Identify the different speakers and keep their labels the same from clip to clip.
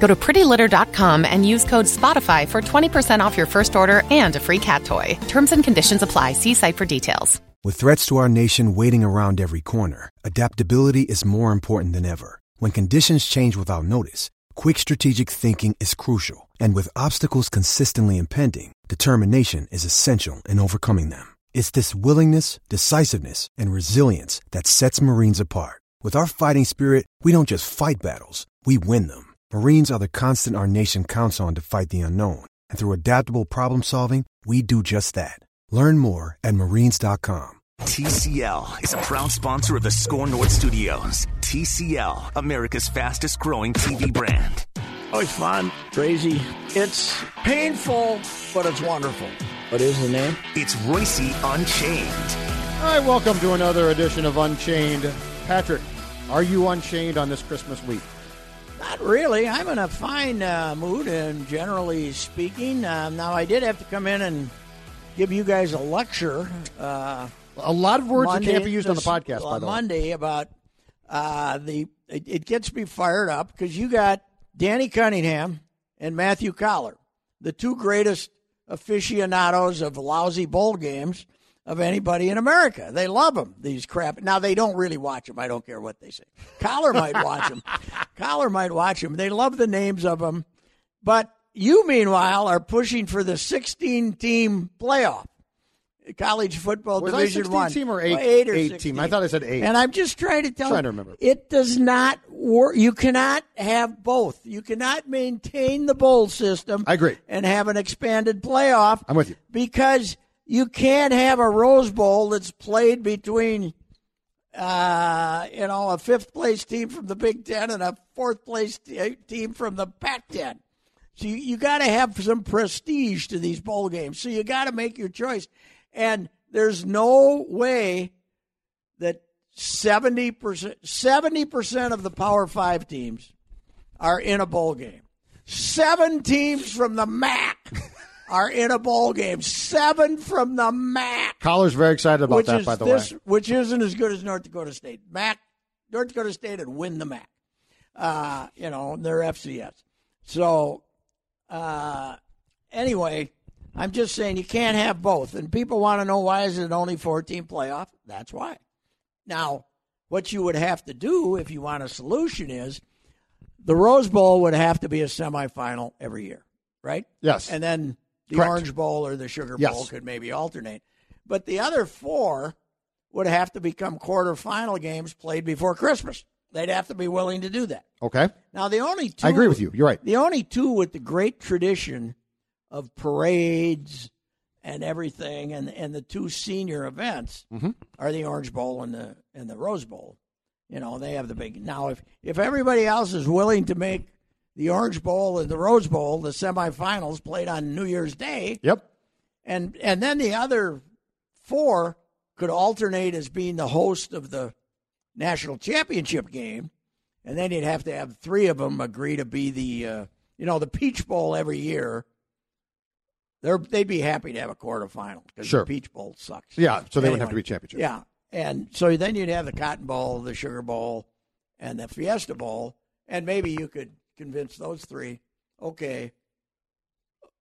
Speaker 1: Go to prettylitter.com and use code SPOTIFY for 20% off your first order and a free cat toy. Terms and conditions apply. See site for details.
Speaker 2: With threats to our nation waiting around every corner, adaptability is more important than ever. When conditions change without notice, quick strategic thinking is crucial. And with obstacles consistently impending, determination is essential in overcoming them. It's this willingness, decisiveness, and resilience that sets Marines apart. With our fighting spirit, we don't just fight battles, we win them. Marines are the constant our nation counts on to fight the unknown. And through adaptable problem solving, we do just that. Learn more at marines.com.
Speaker 3: TCL is a proud sponsor of the Score North Studios. TCL, America's fastest growing TV brand.
Speaker 4: Oh, it's fun, crazy. It's painful, but it's wonderful. What is the name?
Speaker 3: It's Royce Unchained.
Speaker 5: Hi, welcome to another edition of Unchained. Patrick, are you unchained on this Christmas week?
Speaker 4: Not really. I'm in a fine uh, mood, and generally speaking, um, now I did have to come in and give you guys a lecture. Uh,
Speaker 5: A lot of words
Speaker 4: Monday-
Speaker 5: that can't be used on the
Speaker 4: this-
Speaker 5: podcast,
Speaker 4: uh,
Speaker 5: by the way.
Speaker 4: Monday about uh, the it, it gets me fired up because you got Danny Cunningham and Matthew Collar, the two greatest aficionados of lousy bowl games of anybody in America. They love them. These crap. Now they don't really watch them. I don't care what they say. Collar might watch them. Collar might watch them. They love the names of them, but. You, meanwhile, are pushing for the 16 team playoff, college football
Speaker 5: Was I
Speaker 4: division
Speaker 5: 16
Speaker 4: one.
Speaker 5: team or
Speaker 4: Oh,
Speaker 5: eight-
Speaker 4: eight or
Speaker 5: eight
Speaker 4: 16.
Speaker 5: team? I thought I said eight.
Speaker 4: And I'm just trying to tell
Speaker 5: Trying to remember.
Speaker 4: It does not work. You cannot have both. You cannot maintain the bowl system.
Speaker 5: I agree.
Speaker 4: And have an expanded playoff.
Speaker 5: I'm with you.
Speaker 4: Because you can't have a Rose Bowl that's played between, uh, you know, a fifth place team from the Big Ten and a fourth place t- uh, team from the Pac 10. So you, you got to have some prestige to these bowl games. So you got to make your choice. And there's no way that 70%, 70% of the Power Five teams are in a bowl game. Seven teams from the MAC are in a bowl game. Seven from the MAC
Speaker 5: Collar's very excited about
Speaker 4: which
Speaker 5: that,
Speaker 4: is
Speaker 5: by the
Speaker 4: this,
Speaker 5: way.
Speaker 4: which isn't as good as North Dakota State. Mac, North Dakota State, would win the MAC. Uh, you know they're FCS. So uh, anyway, I'm just saying you can't have both. And people want to know why is it only 14 playoff? That's why. Now, what you would have to do if you want a solution is the Rose Bowl would have to be a semifinal every year, right?
Speaker 5: Yes.
Speaker 4: And then the
Speaker 5: Correct.
Speaker 4: Orange Bowl or the Sugar
Speaker 5: Yes.
Speaker 4: Bowl could maybe alternate. But the other four would have to become quarterfinal games played before Christmas. They'd have to be willing to do that.
Speaker 5: Okay.
Speaker 4: Now the only two
Speaker 5: I agree with you. You're right.
Speaker 4: The only two with the great tradition of parades and everything and and the two senior events are the Orange Bowl and the and the Rose Bowl. You know, they have the big now if if everybody else is willing to make the Orange Bowl and the Rose Bowl, the semifinals played on New Year's Day,
Speaker 5: Yep.
Speaker 4: and and then the other four could alternate as being the host of the national championship game, and then you'd have to have three of them agree to be the uh, you know the Peach Bowl every year. They're, they'd be happy to have a quarterfinal because
Speaker 5: Sure.
Speaker 4: the Peach Bowl sucks.
Speaker 5: Yeah, so they wouldn't have to be championship.
Speaker 4: Yeah, and so then you'd have the Cotton Bowl, the Sugar Bowl, and the Fiesta Bowl, and maybe you could convince those three. Okay,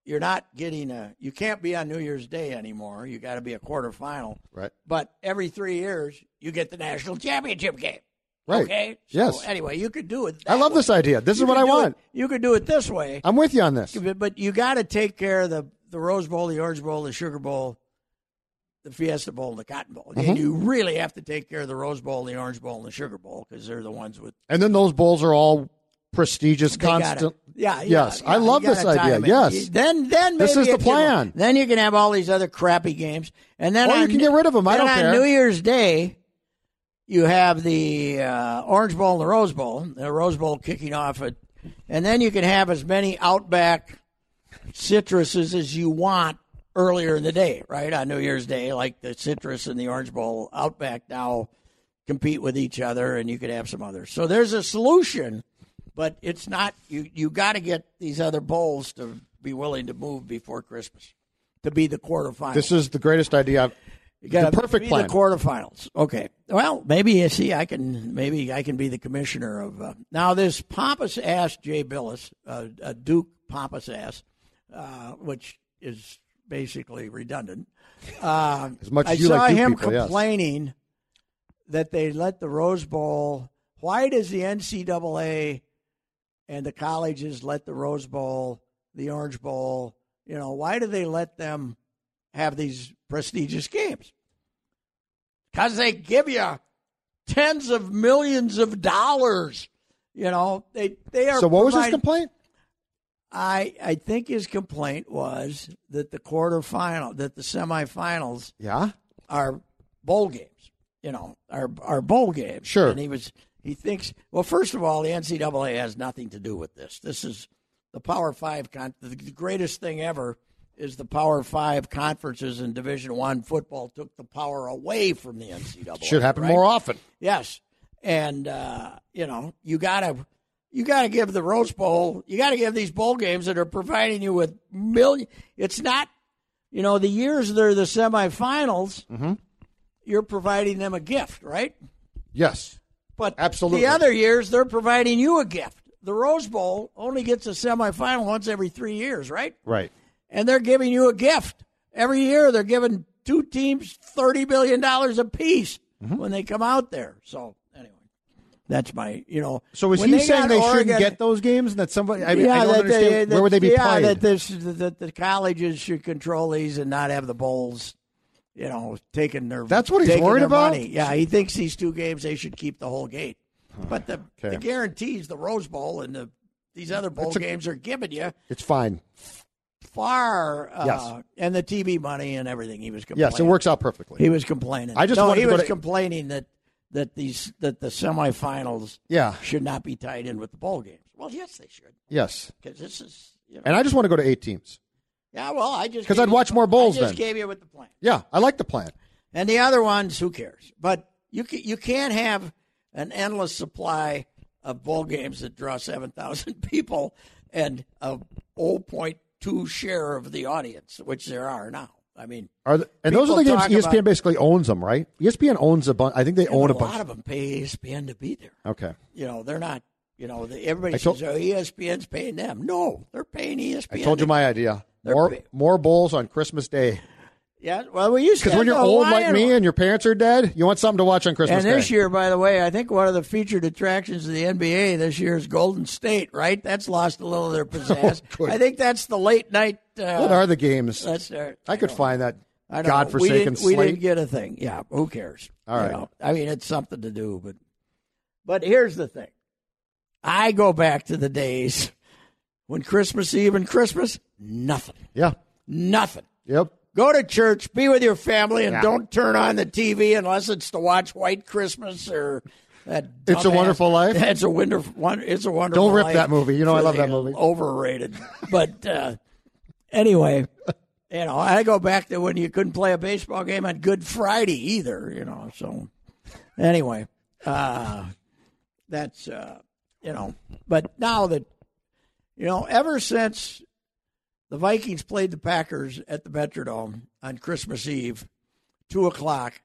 Speaker 4: you're not getting a you can't be on New Year's Day anymore. You got to be a quarterfinal.
Speaker 5: Right.
Speaker 4: But every three years, you get the national championship game.
Speaker 5: Right.
Speaker 4: Okay. So
Speaker 5: Yes.
Speaker 4: Anyway, you could do it.
Speaker 5: I
Speaker 4: that
Speaker 5: love this
Speaker 4: way.
Speaker 5: idea. This
Speaker 4: You
Speaker 5: is what
Speaker 4: could
Speaker 5: I
Speaker 4: do it-
Speaker 5: want.
Speaker 4: you could do it this way,
Speaker 5: I'm with you on this.
Speaker 4: but but you got to take care of the the Rose Bowl, the Orange Bowl, the Sugar Bowl, the Fiesta Bowl, and the Cotton Bowl. And you really have to take care of the Rose Bowl, the Orange Bowl, and the Sugar Bowl because they're the ones with
Speaker 5: And then those bowls are all prestigious,
Speaker 4: they gotta-
Speaker 5: constant.
Speaker 4: yeah, yeah,
Speaker 5: Yes, I
Speaker 4: yeah,
Speaker 5: love
Speaker 4: you
Speaker 5: this
Speaker 4: gotta tie
Speaker 5: idea.
Speaker 4: 'em in.
Speaker 5: Yes.
Speaker 4: Then, then
Speaker 5: This
Speaker 4: maybe
Speaker 5: is the
Speaker 4: it can-
Speaker 5: plan.
Speaker 4: then you can have all these other crappy games, and then
Speaker 5: Or you
Speaker 4: on-
Speaker 5: can get rid of 'em. I
Speaker 4: then
Speaker 5: don't
Speaker 4: on
Speaker 5: care.
Speaker 4: New Year's Day, you have the uh, Orange Bowl and the Rose Bowl. The Rose Bowl kicking off at, and then you can have as many Outback citruses as you want earlier in the day, right on New Year's Day, like the citrus and the orange bowl outback now compete with each other, and you could have some others. So there's a solution, but it's not you. You got to get these other bowls to be willing to move before Christmas to be the quarterfinals.
Speaker 5: This is the greatest idea I've.
Speaker 4: You got
Speaker 5: the perfect
Speaker 4: be
Speaker 5: plan.
Speaker 4: The quarterfinals. Okay. Well, maybe you see, I can maybe I can be the commissioner of. Uh, now this pompous ass Jay Billis, uh, uh, Duke pompous ass, uh, which is basically redundant. Uh,
Speaker 5: As much
Speaker 4: I
Speaker 5: as you
Speaker 4: saw
Speaker 5: like Duke
Speaker 4: him
Speaker 5: people, yes.
Speaker 4: complaining that they let the Rose Bowl. Why does the NCAA and the colleges let the Rose Bowl, the Orange Bowl? You know, why do they let them have these prestigious games? Because they give you tens of millions of dollars. You know, they they are.
Speaker 5: So what was his
Speaker 4: providing-
Speaker 5: complaint?
Speaker 4: I I think his complaint was that the quarterfinal, that the semifinals
Speaker 5: Yeah.
Speaker 4: are bowl games. You know, are are bowl games.
Speaker 5: Sure.
Speaker 4: And he was he thinks well. First of all, the NCAA has nothing to do with this. This is the Power Five con. The greatest thing ever is the Power Five conferences in Division One football took the power away from the NCAA.
Speaker 5: Should happen
Speaker 4: right?
Speaker 5: more often.
Speaker 4: Yes, and uh, you know you gotta you gotta give the Rose Bowl. You gotta give these bowl games that are providing you with million. It's not you know the years they're the semifinals. You're providing them a gift, right?
Speaker 5: Yes.
Speaker 4: But
Speaker 5: Absolutely.
Speaker 4: the other years they're providing you a gift. The Rose Bowl only gets a semifinal once every three years, right?
Speaker 5: Right.
Speaker 4: And they're giving you a gift every year. They're giving two teams thirty billion dollars apiece
Speaker 5: Mm-hmm.
Speaker 4: when they come out there. So anyway, that's my you know.
Speaker 5: So is
Speaker 4: when
Speaker 5: he saying
Speaker 4: got
Speaker 5: they
Speaker 4: Oregon-
Speaker 5: shouldn't get those games? And that somebody, I mean, I
Speaker 4: yeah,
Speaker 5: don't
Speaker 4: that
Speaker 5: understand.
Speaker 4: they, that-
Speaker 5: where would they be
Speaker 4: yeah,
Speaker 5: played?
Speaker 4: That, this, that the colleges should control these and not have the bowls, you know, taking their.
Speaker 5: That's what he's
Speaker 4: taking
Speaker 5: worried
Speaker 4: their
Speaker 5: about?
Speaker 4: Money. Yeah, he thinks these two games they should keep the whole gate, but the, the guarantees, the Rose Bowl and the these other bowl
Speaker 5: That's a-
Speaker 4: games are giving you
Speaker 5: it's fine.
Speaker 4: far uh,
Speaker 5: Yes.
Speaker 4: and the TV money and everything. He was complaining.
Speaker 5: Yes, it works out perfectly.
Speaker 4: He was complaining.
Speaker 5: I just
Speaker 4: no,
Speaker 5: wanted
Speaker 4: he
Speaker 5: to go
Speaker 4: was
Speaker 5: to-
Speaker 4: complaining that that these that the semifinals
Speaker 5: Yeah.
Speaker 4: should not be tied in with the bowl games. Well, yes, they should
Speaker 5: Yes.
Speaker 4: because this is you know.
Speaker 5: And I just want to go to eight teams.
Speaker 4: Yeah, well, I just
Speaker 5: 'Cause
Speaker 4: gave
Speaker 5: I'd
Speaker 4: you
Speaker 5: watch
Speaker 4: the-
Speaker 5: more Bulls
Speaker 4: I just
Speaker 5: then.
Speaker 4: gave you with the plan,
Speaker 5: Yeah, I like the plan.
Speaker 4: and the other ones, who cares? But you ca- you can't have an endless supply of bowl games that draw seven thousand people and a zero point two share of the audience, which there are now. I mean,
Speaker 5: Are the, and those are the
Speaker 4: People
Speaker 5: games E
Speaker 4: talk
Speaker 5: ESPN
Speaker 4: about-
Speaker 5: basically owns them, right? E ESPN owns a bunch. I think they own
Speaker 4: a
Speaker 5: a bunch.
Speaker 4: lot of them pay ESPN to be there.
Speaker 5: okay.
Speaker 4: You know, they're not. You know, they, everybody
Speaker 5: I told-
Speaker 4: says, "Oh, ESPN's paying them." No, they're paying E ESPN.
Speaker 5: I told you my idea.
Speaker 4: They're
Speaker 5: More
Speaker 4: big.
Speaker 5: more bowls on Christmas Day.
Speaker 4: yeah. Well, we used to
Speaker 5: Because when
Speaker 4: have
Speaker 5: you're
Speaker 4: the
Speaker 5: old like
Speaker 4: Hawaiian
Speaker 5: me and your parents are dead, you want something to watch on Christmas
Speaker 4: And this
Speaker 5: Day.
Speaker 4: year, by the way, I think one of the featured attractions of the NBA this year is Golden State, right? That's lost a little of their pizzazz.
Speaker 5: Oh, good.
Speaker 4: I think that's the late night. Uh,
Speaker 5: what are the games?
Speaker 4: that's their,
Speaker 5: I could
Speaker 4: don't-
Speaker 5: find that
Speaker 4: I don't know. we
Speaker 5: godforsaken
Speaker 4: didn't, we
Speaker 5: slate.
Speaker 4: didn't get a thing. Yeah, who cares?
Speaker 5: All right.
Speaker 4: I mean, it's something to do, but but here's the thing. I go back to the days when Christmas Eve and Christmas, nothing,
Speaker 5: yeah.
Speaker 4: nothing.
Speaker 5: Yep.
Speaker 4: Go to church, be with your family, and
Speaker 5: Yeah.
Speaker 4: don't turn on the TV unless it's to watch White Christmas or that.
Speaker 5: It's a
Speaker 4: dumbass-
Speaker 5: Wonderful Life?
Speaker 4: It's a wonderful. won- It's a wonderful.
Speaker 5: Don't rip
Speaker 4: Life
Speaker 5: that movie. You know I
Speaker 4: for
Speaker 5: love that
Speaker 4: the
Speaker 5: movie.
Speaker 4: Overrated, but uh, anyway, you know I go back to when you couldn't play a baseball game on Good Friday either. You know, so anyway, uh, that's uh, you know. But now that you know, ever since the Vikings played the Packers at the Metrodome on Christmas Eve, two o'clock,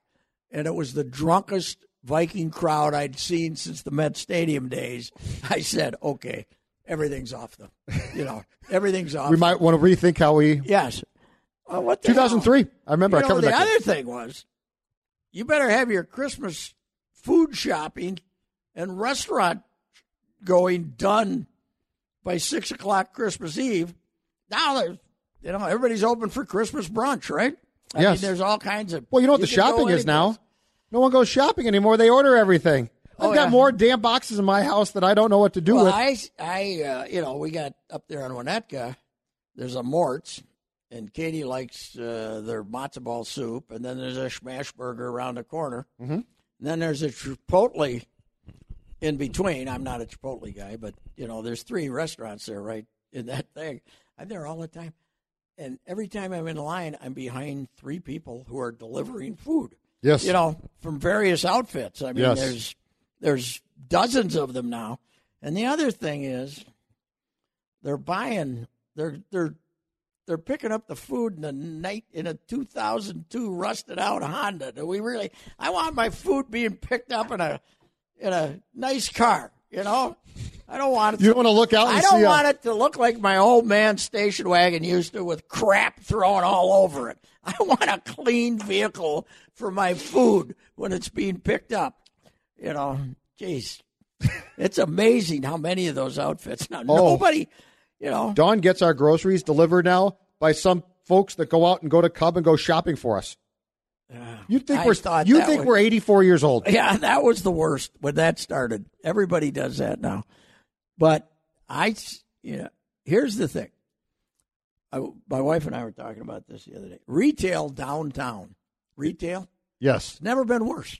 Speaker 4: and it was the drunkest Viking crowd I'd seen since the Met Stadium days. I said, okay, everything's off the, you know, everything's off.
Speaker 5: We might want to rethink how we.
Speaker 4: yes. Well, what the hell?
Speaker 5: 2003. I remember.
Speaker 4: You
Speaker 5: I
Speaker 4: know,
Speaker 5: covered
Speaker 4: the
Speaker 5: that. game.
Speaker 4: other thing was, you better have your Christmas food shopping and restaurant going done by six o'clock Christmas Eve. Now there's, you know, everybody's open for Christmas brunch, right? I
Speaker 5: Yes.
Speaker 4: mean, there's all kinds of.
Speaker 5: Well, you know what the
Speaker 4: can go
Speaker 5: shopping is
Speaker 4: anyplace.
Speaker 5: now. No one goes shopping anymore. They order everything. I've
Speaker 4: Oh,
Speaker 5: got
Speaker 4: yeah.
Speaker 5: more damn boxes in my house that I don't know what to do
Speaker 4: well,
Speaker 5: with.
Speaker 4: I, I, uh, you know, we got up there on Winnetka. There's a Mort's, and Katie likes uh, their matzo ball soup, and then there's a smash burger around the corner. Mm-hmm. And then there's a Chipotle in between. I'm not a Chipotle guy, but you know, there's three restaurants there, right in that thing. I'm there all the time. and every time I'm in line, I'm behind three people who are delivering food.
Speaker 5: Yes.
Speaker 4: You know, from various outfits. I mean,
Speaker 5: Yes.
Speaker 4: there's there's dozens of them now. And the other thing is, they're buying. They're they're they're picking up the food in the night in a 2002 rusted out Honda. Do we really? I want my food being picked up in a in a nice car. You know, I don't want it.
Speaker 5: Oh, You don't wanna look out and
Speaker 4: I don't
Speaker 5: see uh, a-
Speaker 4: want it to look like my old man station wagon used to, with crap thrown all over it. I want a clean vehicle for my food when it's being picked up. You know, geez, it's amazing how many of those outfits now
Speaker 5: Oh.
Speaker 4: nobody. You know,
Speaker 5: Dawn gets our groceries delivered now by some folks that go out and go to Cub and go shopping for us. you think
Speaker 4: I
Speaker 5: we're
Speaker 4: thought
Speaker 5: you
Speaker 4: that
Speaker 5: think
Speaker 4: was-
Speaker 5: we're 84 years old?
Speaker 4: Yeah, that was the worst when that started. Everybody does that now. But I, s- you know, here's the thing. I, my wife and I were talking about this the other day. Retail downtown, retail,
Speaker 5: Yes.
Speaker 4: it's never been worse.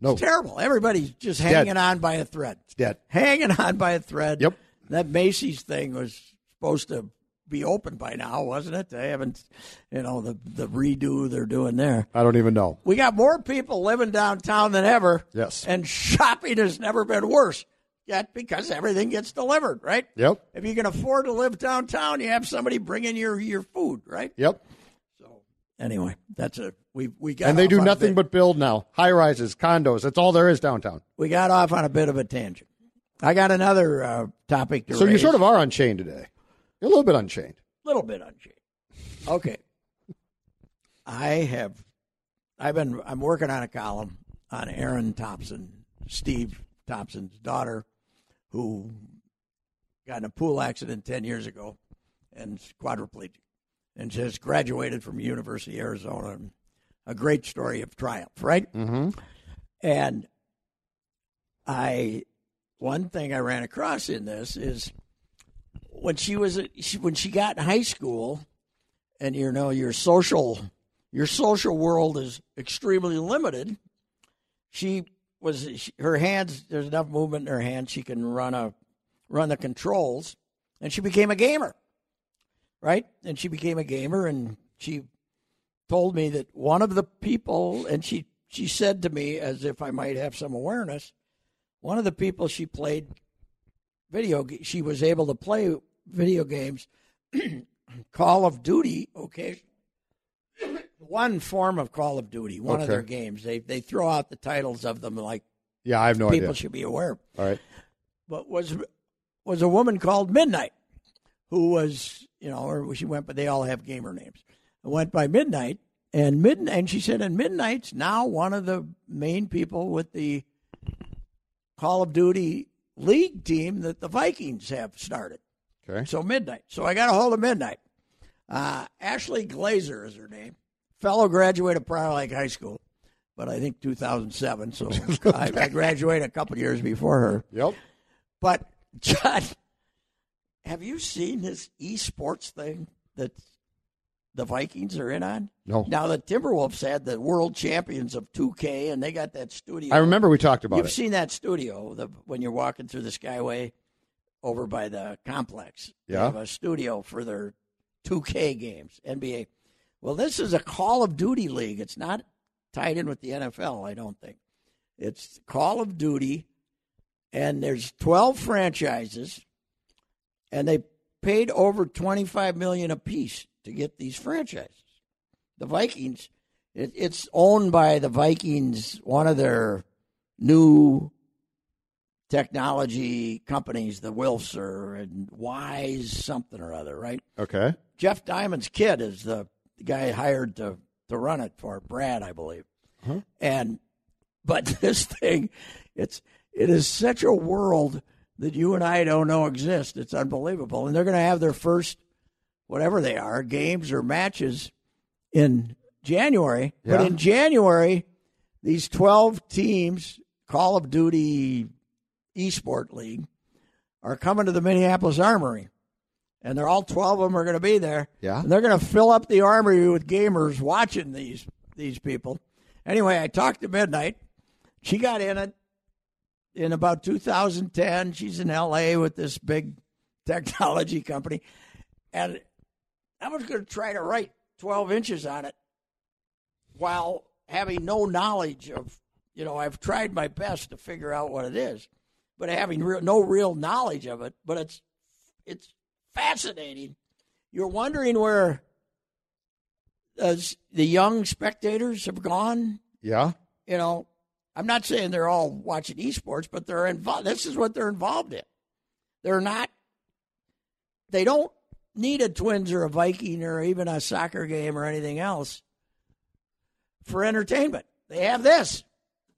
Speaker 5: No.
Speaker 4: It's terrible. Everybody's just hanging on by a thread. It's
Speaker 5: dead.
Speaker 4: Hanging on by a thread.
Speaker 5: Yep.
Speaker 4: That Macy's thing was supposed to be open by now, wasn't it? They haven't, you know, the, the redo they're doing there.
Speaker 5: I don't even know.
Speaker 4: We got more people living downtown than ever.
Speaker 5: Yes.
Speaker 4: And shopping has never been worse. Yet because everything gets delivered, right?
Speaker 5: Yep.
Speaker 4: If you can afford to live downtown, you have somebody bringing your your food, right?
Speaker 5: Yep.
Speaker 4: Anyway, that's a we we got
Speaker 5: And they
Speaker 4: off
Speaker 5: do
Speaker 4: on a
Speaker 5: nothing
Speaker 4: bit-
Speaker 5: but build now. High rises, condos. That's all there is downtown.
Speaker 4: we got off on a bit of a tangent. I got another uh, topic to
Speaker 5: So you
Speaker 4: raise.
Speaker 5: sort of are unchained today. You're a little bit unchained.
Speaker 4: little bit unchained. Okay. I have I've been I'm working on a column on Aaron Thompson, Steve Thompson's daughter, who got in a pool accident ten years ago and is quadriplegic and just graduated from University of Arizona and a great story of triumph, right? Mm-hmm. And I one thing I ran across in this is when she was she, when she got in high school, and you know your social your social world is extremely limited. She was she, her hands. There's enough movement in her hands. She can run a run the controls, and she became a gamer, right? And she became a gamer, and she told me that one of the people, and she she said to me as if I might have some awareness, one of the people she played video ga- she was able to play video games call of duty okay one form of call of duty one of
Speaker 5: Okay.
Speaker 4: their games they they throw out the titles of them like
Speaker 5: Yeah, I have no
Speaker 4: people
Speaker 5: idea.
Speaker 4: should be aware of
Speaker 5: all right.
Speaker 4: but was was a woman called Midnight, who was you know, or she went, but they all have gamer names. Went by Midnight, and mid and she said, and Midnight's now one of the main people with the Call of Duty League team that the Vikings have started.
Speaker 5: Okay.
Speaker 4: So midnight. So I got a hold of midnight. Uh, Ashley Glazer is her name. Fellow graduate of Prior Lake High School, but I think 2007. So I, I graduated a couple years before her.
Speaker 5: Yep.
Speaker 4: But John, have you seen this esports thing that the Vikings are in on?
Speaker 5: No.
Speaker 4: Now the Timberwolves had the world champions of 2K, and they got that studio.
Speaker 5: I remember we talked about
Speaker 4: You've
Speaker 5: it.
Speaker 4: seen that studio the, when you're walking through the Skyway over by the complex. They
Speaker 5: Yeah.
Speaker 4: have a studio for their 2K games, NBA. Well, this is a Call of Duty league. It's not tied in with the NFL, I don't think. It's Call of Duty, and there's 12 franchises, and they paid over 25 million apiece to get these franchises. The Vikings, it, it's owned by the Vikings, one of their new technology companies, the Wilser and Wise something or other, right?
Speaker 5: okay.
Speaker 4: Jeff Diamond's kid is the, the guy hired to, to run it for Brad, I believe. And but this thing, it's it is such a world that you and I don't know exists. It's unbelievable. And they're going to have their first whatever they are games or matches in January.
Speaker 5: Yeah.
Speaker 4: But in January, these twelve teams, Call of Duty Esport League, are coming to the Minneapolis Armory and they're all 12 of them are going to be there.
Speaker 5: Yeah.
Speaker 4: And they're going to fill up the armory with gamers watching these these people. Anyway, I talked to Midnight. She got in it in about 2010. She's in LA with this big technology company. And I was going to try to write 12 inches on it while having no knowledge of, you know, I've tried my best to figure out what it is, but having real, no real knowledge of it. But it's it's fascinating. You're wondering where uh, the young spectators have gone.
Speaker 5: Yeah.
Speaker 4: You know, I'm not saying they're all watching esports, but they're involved. This is what they're involved in. They're not. They don't need a Twins or a Viking or even a soccer game or anything else for entertainment. They have this.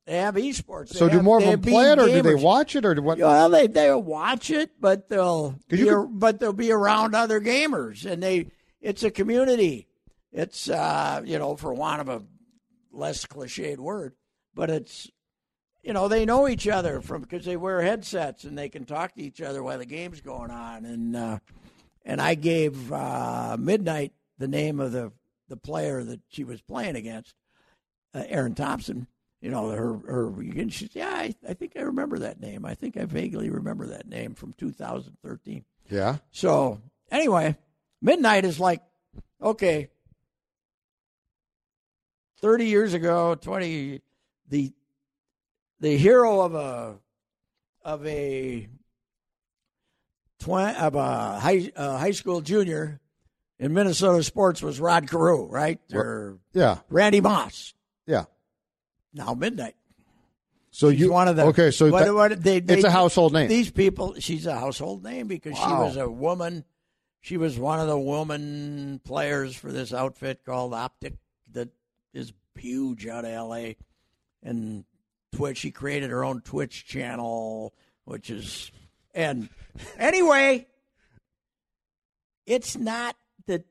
Speaker 4: They have esports. They
Speaker 5: so do
Speaker 4: have-
Speaker 5: more
Speaker 4: they
Speaker 5: of them
Speaker 4: have
Speaker 5: play it, or do they
Speaker 4: gamers.
Speaker 5: watch it, or do what?
Speaker 4: Well, they they'll watch it, but they'll be,
Speaker 5: 'Cause you
Speaker 4: ar- but they'll be around other gamers, and they it's a community. It's uh, you know, for want of a less cliched word, but it's you know they know each other from because they wear headsets and they can talk to each other while the game's going on. And uh, and I gave uh, Midnight the name of the the player that she was playing against, uh, Aaron Thompson. You know, her, her, and she said, Yeah, I, I think I remember that name. I think I vaguely remember that name from 2013.
Speaker 5: Yeah.
Speaker 4: So, anyway, Midnight is like, okay, 30 years ago, 20, the, the hero of a, of a, twen, of a high, uh, high school junior in Minnesota sports was Rod Carew, right? Or
Speaker 5: Yeah.
Speaker 4: Randy Moss.
Speaker 5: Yeah.
Speaker 4: Now midnight.
Speaker 5: So
Speaker 4: She's
Speaker 5: you
Speaker 4: one of them.
Speaker 5: Okay. So
Speaker 4: What-
Speaker 5: that-
Speaker 4: what- they-
Speaker 5: it's
Speaker 4: they-
Speaker 5: a household name.
Speaker 4: These people, she's a household name because she
Speaker 5: Wow.
Speaker 4: was a woman. She was one of the woman players for this outfit called Optic that is huge out of L.A. And Twitch, she created her own Twitch channel, which is and anyway, it's not that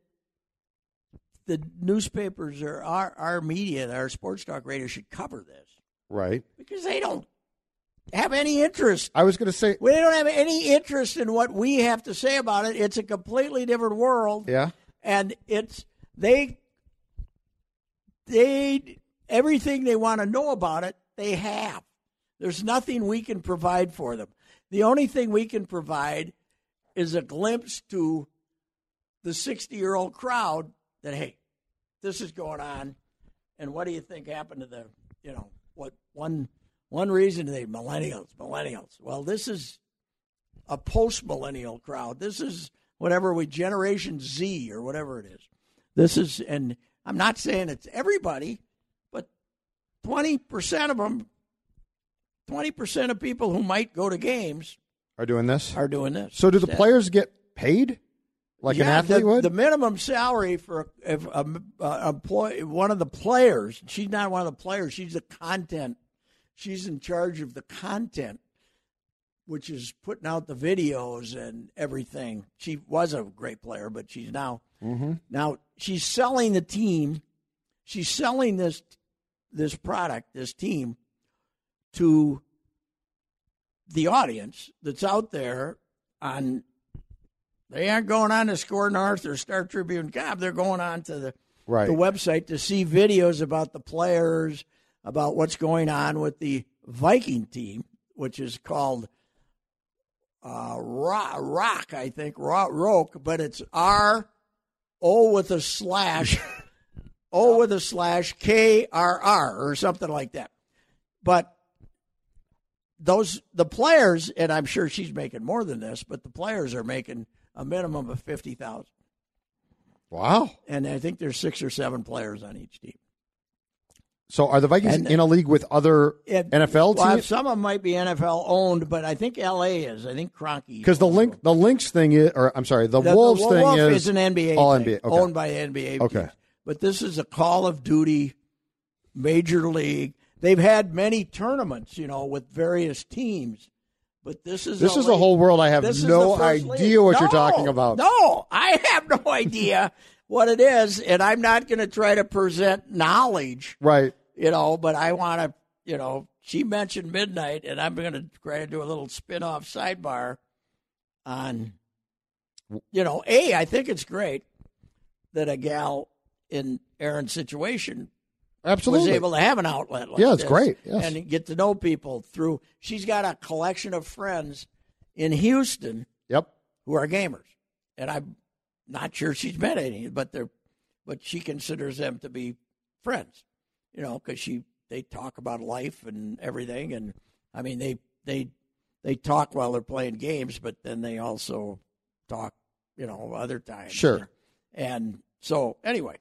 Speaker 4: the newspapers or our our media, our sports talk radio should cover this
Speaker 5: right.
Speaker 4: because they don't have any interest.
Speaker 5: I was going to say.
Speaker 4: We don't have any interest in what we have to say about it. It's a completely different world,
Speaker 5: Yeah.
Speaker 4: and it's they they everything they want to know about it they have. There's nothing we can provide for them. The only thing we can provide is a glimpse to the 60 year old crowd that hey, this is going on, and what do you think happened to the you know what one one reason they millennials millennials? Well, this is a post millennial crowd. This is whatever we Generation Z or whatever it is. This is, and I'm not saying it's everybody, but 20% of them, 20% of people who might go to games
Speaker 5: Are doing this.
Speaker 4: are doing this.
Speaker 5: So do the
Speaker 4: Yeah.
Speaker 5: players get paid like an
Speaker 4: Yeah,
Speaker 5: athlete
Speaker 4: the,
Speaker 5: would?
Speaker 4: The minimum salary for a, if a, a employee, one of the players. She's not one of the players. She's the content. She's in charge of the content, which is putting out the videos and everything. She was a great player, but she's now
Speaker 5: Mm-hmm.
Speaker 4: now she's selling the team. She's selling this this product, this team, to the audience that's out there on they aren't going on to Score North or Star Tribune Cobb. They're going on to the,
Speaker 5: right.
Speaker 4: the website to see videos about the players, about what's going on with the Viking team, which is called uh, Rock, Rock, I think, Rock, Roke, but it's R O with a slash, O with a slash K R R or something like that. But those the players, and I'm sure she's making more than this, but the players are making a minimum of fifty thousand,
Speaker 5: wow.
Speaker 4: and I think there's six or seven players on each team.
Speaker 5: So are the Vikings
Speaker 4: And-
Speaker 5: in a league with other
Speaker 4: It-
Speaker 5: NFL
Speaker 4: well,
Speaker 5: teams?
Speaker 4: some of them might be NFL owned, but I think LA is. I think Cronky
Speaker 5: Because the link, the Lynx thing is, or I'm sorry, the,
Speaker 4: The- the
Speaker 5: Wolves
Speaker 4: Wolf
Speaker 5: thing is,
Speaker 4: an NBA,
Speaker 5: all
Speaker 4: thing,
Speaker 5: NBA. Okay.
Speaker 4: owned by NBA.
Speaker 5: Okay.
Speaker 4: teams. but this is a Call of Duty Major League. They've had many tournaments, you know, with various teams, but this is
Speaker 5: this
Speaker 4: a
Speaker 5: is a
Speaker 4: league-
Speaker 5: whole world. I have
Speaker 4: This is
Speaker 5: no
Speaker 4: the first
Speaker 5: idea
Speaker 4: league.
Speaker 5: what you're
Speaker 4: No,
Speaker 5: talking about.
Speaker 4: No, I have no idea what it is, and I'm not going to try to present knowledge,
Speaker 5: Right.
Speaker 4: you know. But I want to, you know, she mentioned midnight, and I'm going to try to do a little spin-off sidebar on, you know, a. I think it's great that a gal in Aaron's situation
Speaker 5: Absolutely.
Speaker 4: was able to have an outlet like
Speaker 5: Yeah, it's
Speaker 4: this
Speaker 5: great, yes.
Speaker 4: and get to know people through. She's got a collection of friends in Houston
Speaker 5: yep.
Speaker 4: who are gamers, and I Not sure she's met any, but they're, but she considers them to be friends, you know, because she they talk about life and everything, and I mean they they they talk while they're playing games, but then they also talk, you know, other times.
Speaker 5: Sure.
Speaker 4: And so anyway,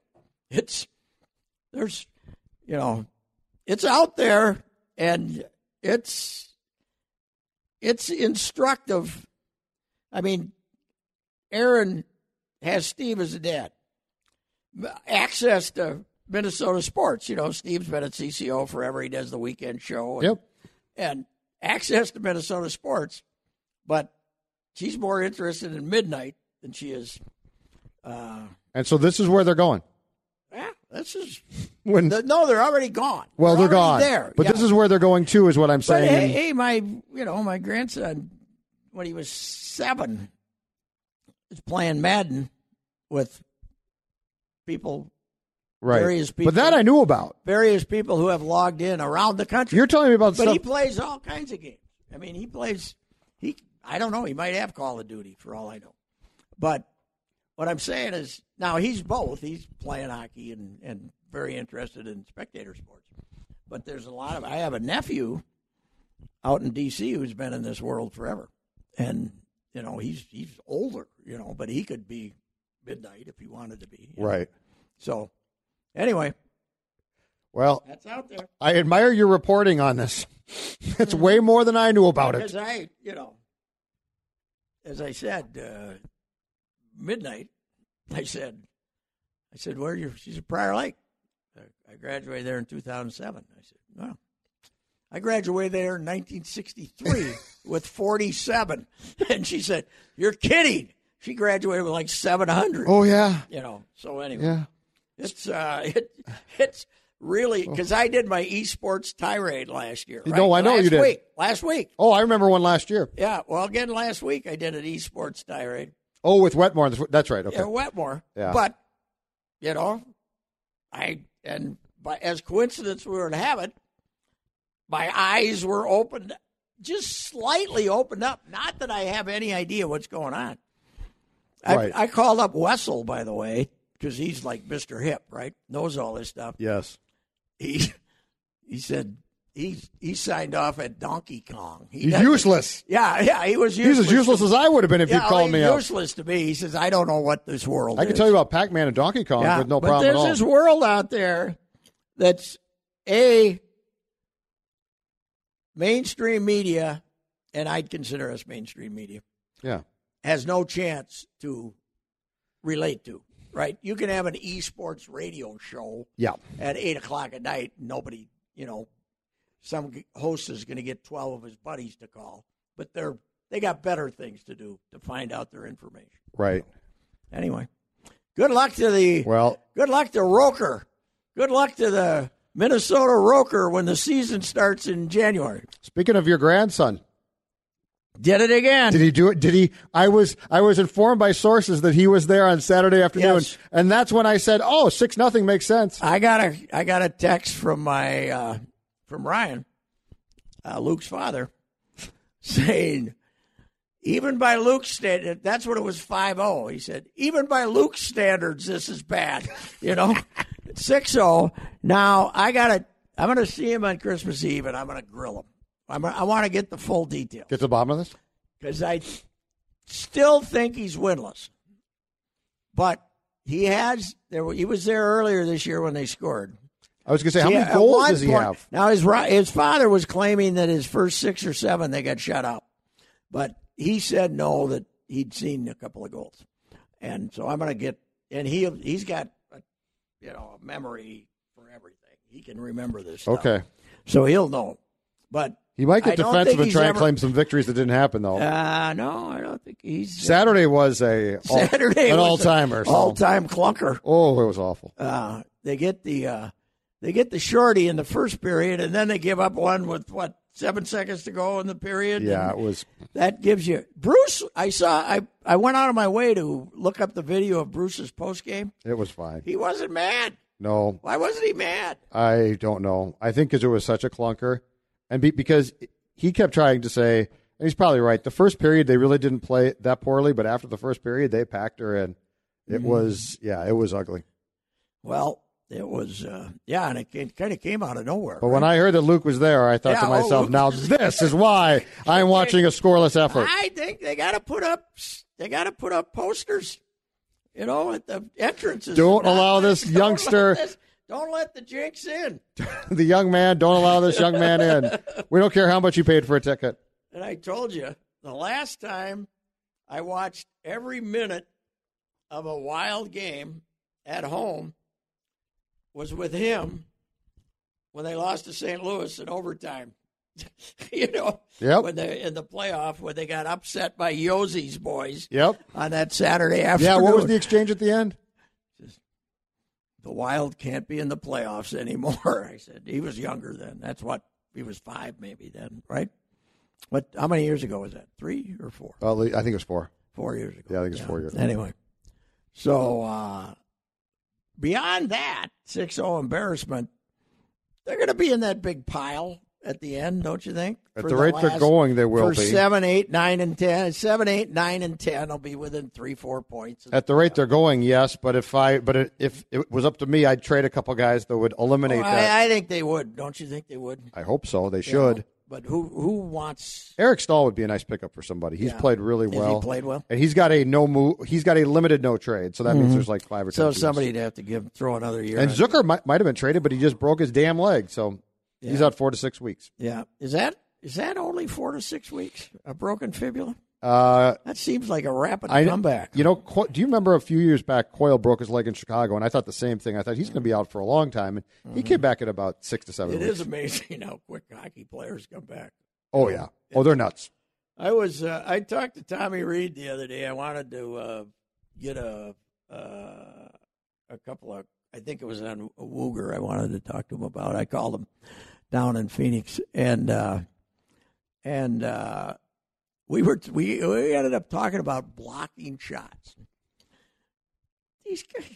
Speaker 4: it's there's you know, it's out there and it's it's instructive. I mean, Aaron has Steve as a dad. Access to Minnesota sports. You know, Steve's been at CCO forever. He does the weekend show. And,
Speaker 5: Yep.
Speaker 4: and access to Minnesota sports, but she's more interested in midnight than she is.
Speaker 5: And so this is where they're going.
Speaker 4: Yeah, ah, this is
Speaker 5: When
Speaker 4: the- no, they're already gone.
Speaker 5: well, they're, gone.
Speaker 4: already There,
Speaker 5: but
Speaker 4: yeah.
Speaker 5: this is where they're going to, is what I'm
Speaker 4: But
Speaker 5: saying.
Speaker 4: hey,
Speaker 5: And
Speaker 4: hey, my you know my grandson when he was seven was playing Madden with people
Speaker 5: right.
Speaker 4: various people-
Speaker 5: But that I knew about.
Speaker 4: various people who have logged in around the country.
Speaker 5: You're telling me about
Speaker 4: but he
Speaker 5: stuff.
Speaker 4: plays all kinds of games. I mean, he plays. He I don't know. He might have Call of Duty for all I know. But what I'm saying is now he's both. He's playing hockey and and very interested in spectator sports. But there's a lot of. I have a nephew out in D.C. who's been in this world forever, and you know he's he's older. You know, but he could be midnight if he wanted to be.
Speaker 5: right.
Speaker 4: So anyway,
Speaker 5: Well,
Speaker 4: that's out there.
Speaker 5: I admire your reporting on this. It's way more than I knew about it.
Speaker 4: As I, you know, as I said, uh, midnight. I said, I said, where are you? She said, Prior Lake. I, I graduated there in 2007. I said, well, I graduated there in 1963 with 47. And she said, you're kidding. She graduated with like 700.
Speaker 5: Oh yeah,
Speaker 4: You know, so anyway.
Speaker 5: yeah.
Speaker 4: It's uh, it, it's really because I did my esports tirade last year.
Speaker 5: No,
Speaker 4: right?
Speaker 5: I know
Speaker 4: last
Speaker 5: you did.
Speaker 4: Week, last week,
Speaker 5: Oh, I remember one last year.
Speaker 4: yeah. Well, again, last week I did an esports tirade
Speaker 5: Oh, with Wetmore. That's, that's right. Okay.
Speaker 4: in Wetmore.
Speaker 5: Yeah.
Speaker 4: But you know, I and by as coincidence we were in habit, my eyes were opened, just slightly opened up. Not that I have any idea what's going on.
Speaker 5: Right.
Speaker 4: I, I called up Wessel, by the way, because he's like Mister Hip, right? Knows all this stuff.
Speaker 5: Yes.
Speaker 4: he he said he he signed off at Donkey Kong. He
Speaker 5: He's
Speaker 4: doesn't-
Speaker 5: useless.
Speaker 4: Yeah, yeah, he was
Speaker 5: He's
Speaker 4: useless.
Speaker 5: as useless
Speaker 4: to,
Speaker 5: as I would have been if
Speaker 4: yeah,
Speaker 5: you called
Speaker 4: he's
Speaker 5: me up.
Speaker 4: useless to me. He says I don't know what this world.
Speaker 5: I
Speaker 4: is.
Speaker 5: can tell you about Pac-Man and Donkey Kong
Speaker 4: yeah,
Speaker 5: with no
Speaker 4: but
Speaker 5: problem at
Speaker 4: there's
Speaker 5: all.
Speaker 4: this world out there that's a mainstream media, and I'd consider us mainstream media
Speaker 5: yeah.
Speaker 4: has no chance to relate to. Right? You can have an esports radio show
Speaker 5: Yeah.
Speaker 4: at eight o'clock at night. Nobody, you know, some g- host is going to get twelve of his buddies to call, but they're they got better things to do to find out their information.
Speaker 5: Right.
Speaker 4: Anyway, good luck to the
Speaker 5: Well,
Speaker 4: good luck to Roker. Good luck to the Minnesota Roker when the season starts in January.
Speaker 5: speaking of your grandson,
Speaker 4: Did it again.
Speaker 5: did he do it? Did he? I was I was informed by sources that he was there on Saturday afternoon,
Speaker 4: Yes.
Speaker 5: and that's when I said, "Oh, six nothing makes sense."
Speaker 4: I got a I got a text from my uh, from Ryan, uh, Luke's father, saying, even by Luke's standard, that's what it was 5-0. He said, even by Luke's standards, this is bad. You know, 6-0. Now I got to I'm going to see him on Christmas Eve, and I'm going to grill him. I'm, I want to get the full detail
Speaker 5: Get to the bottom of this.
Speaker 4: because I still think he's winless. But he has there. were- He was there earlier this year when they scored.
Speaker 5: I was going to say, how
Speaker 4: Yeah,
Speaker 5: many
Speaker 4: at
Speaker 5: goals
Speaker 4: one
Speaker 5: does he
Speaker 4: point-
Speaker 5: have?
Speaker 4: Now his ri- his father was claiming that his first six or seven they got shut out, but he said no that he'd seen a couple of goals, and so I'm going to get and he he's got a, you know a memory for everything. He can remember this. Stuff.
Speaker 5: Okay.
Speaker 4: so he'll know. But
Speaker 5: He might
Speaker 4: I
Speaker 5: get
Speaker 4: don't
Speaker 5: defensive
Speaker 4: think
Speaker 5: and
Speaker 4: he's
Speaker 5: try and
Speaker 4: ever-
Speaker 5: claim some victories that didn't happen, though.
Speaker 4: Uh, no, I don't think he's
Speaker 5: Saturday was a all-
Speaker 4: Saturday
Speaker 5: an
Speaker 4: was
Speaker 5: all timer.
Speaker 4: a all-time clunker.
Speaker 5: Oh, it was awful.
Speaker 4: Uh, they get the uh, they get the shorty in the first period, and then they give up one with what seven seconds to go in the period.
Speaker 5: Yeah, it
Speaker 4: And
Speaker 5: was.
Speaker 4: that gives you Bruce. I saw I I went out of my way to look up the video of Bruce's post game.
Speaker 5: It was fine.
Speaker 4: He wasn't mad.
Speaker 5: No,
Speaker 4: Why wasn't he mad?
Speaker 5: I don't know. I think because it was such a clunker, and be, because he kept trying to say, and he's probably right. The first period they really didn't play that poorly, but after the first period they packed her in, It
Speaker 4: Mm-hmm.
Speaker 5: was, yeah, it was ugly.
Speaker 4: Well, it was, uh, yeah, and it, it kind of came out of nowhere.
Speaker 5: But when I heard that Luke was there, I thought
Speaker 4: Yeah,
Speaker 5: to
Speaker 4: oh,
Speaker 5: myself,
Speaker 4: Luke
Speaker 5: now this is why I'm watching a scoreless effort.
Speaker 4: I think they got to put up, they got to put up posters, you know, at the entrances.
Speaker 5: Don't allow this
Speaker 4: Don't let
Speaker 5: youngster-
Speaker 4: this- don't let the jinx in.
Speaker 5: the young man, don't allow this young man in. We don't care how much you paid for a ticket.
Speaker 4: And I told you the last time I watched every minute of a wild game at home was with him when they lost to St. Louis in overtime. you know,
Speaker 5: Yep.
Speaker 4: when they in the playoff when they got upset by Yosie's boys
Speaker 5: Yep.
Speaker 4: on that Saturday afternoon.
Speaker 5: Yeah, what was the exchange at the end?
Speaker 4: the Wild can't be in the playoffs anymore. I said he was younger then. That's what he was five maybe then, right? What? How many years ago was that? Three or four?
Speaker 5: Uh, I think it was four.
Speaker 4: Four years ago.
Speaker 5: Yeah, I think it's four years ago.
Speaker 4: Anyway, so uh, beyond that 6-0 embarrassment, they're going to be in that big pile at the end, don't you think?
Speaker 5: At
Speaker 4: For
Speaker 5: the rate they're
Speaker 4: last-
Speaker 5: going, they will
Speaker 4: for
Speaker 5: be.
Speaker 4: seven, eight, nine, and ten. Seven, eight, nine, and ten will be within three, four points.
Speaker 5: At the rate they're going, yes. But if I, but it, if it was up to me, I'd trade a couple guys that would eliminate
Speaker 4: Oh,
Speaker 5: that.
Speaker 4: I, I think they would. Don't you think they would?
Speaker 5: I, hope so. They should.
Speaker 4: But who who wants
Speaker 5: Eric Stahl would be a nice pickup for somebody. He's
Speaker 4: Yeah.
Speaker 5: played really
Speaker 4: Has he
Speaker 5: well.
Speaker 4: played well?
Speaker 5: and he's got a no move. He's got a limited no trade, so that means there's like five or
Speaker 4: So
Speaker 5: ten teams.
Speaker 4: somebody'd have to give throw another year.
Speaker 5: And
Speaker 4: in.
Speaker 5: Zucker might, might have been traded, but he just broke his damn leg, so he's
Speaker 4: Yeah.
Speaker 5: out four to six weeks.
Speaker 4: yeah, is that is that only four to six weeks? A broken fibula?
Speaker 5: Uh,
Speaker 4: That seems like a rapid
Speaker 5: I
Speaker 4: comeback.
Speaker 5: You know, Co- do you remember a few years back, Coyle broke his leg in Chicago, and I thought the same thing. I thought he's going to be out for a long time, and he came back in about six to seven.
Speaker 4: Mm-hmm. it
Speaker 5: weeks.
Speaker 4: is amazing how quick hockey players come back.
Speaker 5: Oh yeah. Oh, they're nuts.
Speaker 4: I was uh, I talked to Tommy Reed the other day. I wanted to uh, get a uh, a couple of I think it was on Wooger. I wanted to talk to him about. I called him down in Phoenix, and uh, and uh, we were we we ended up talking about blocking shots. These guys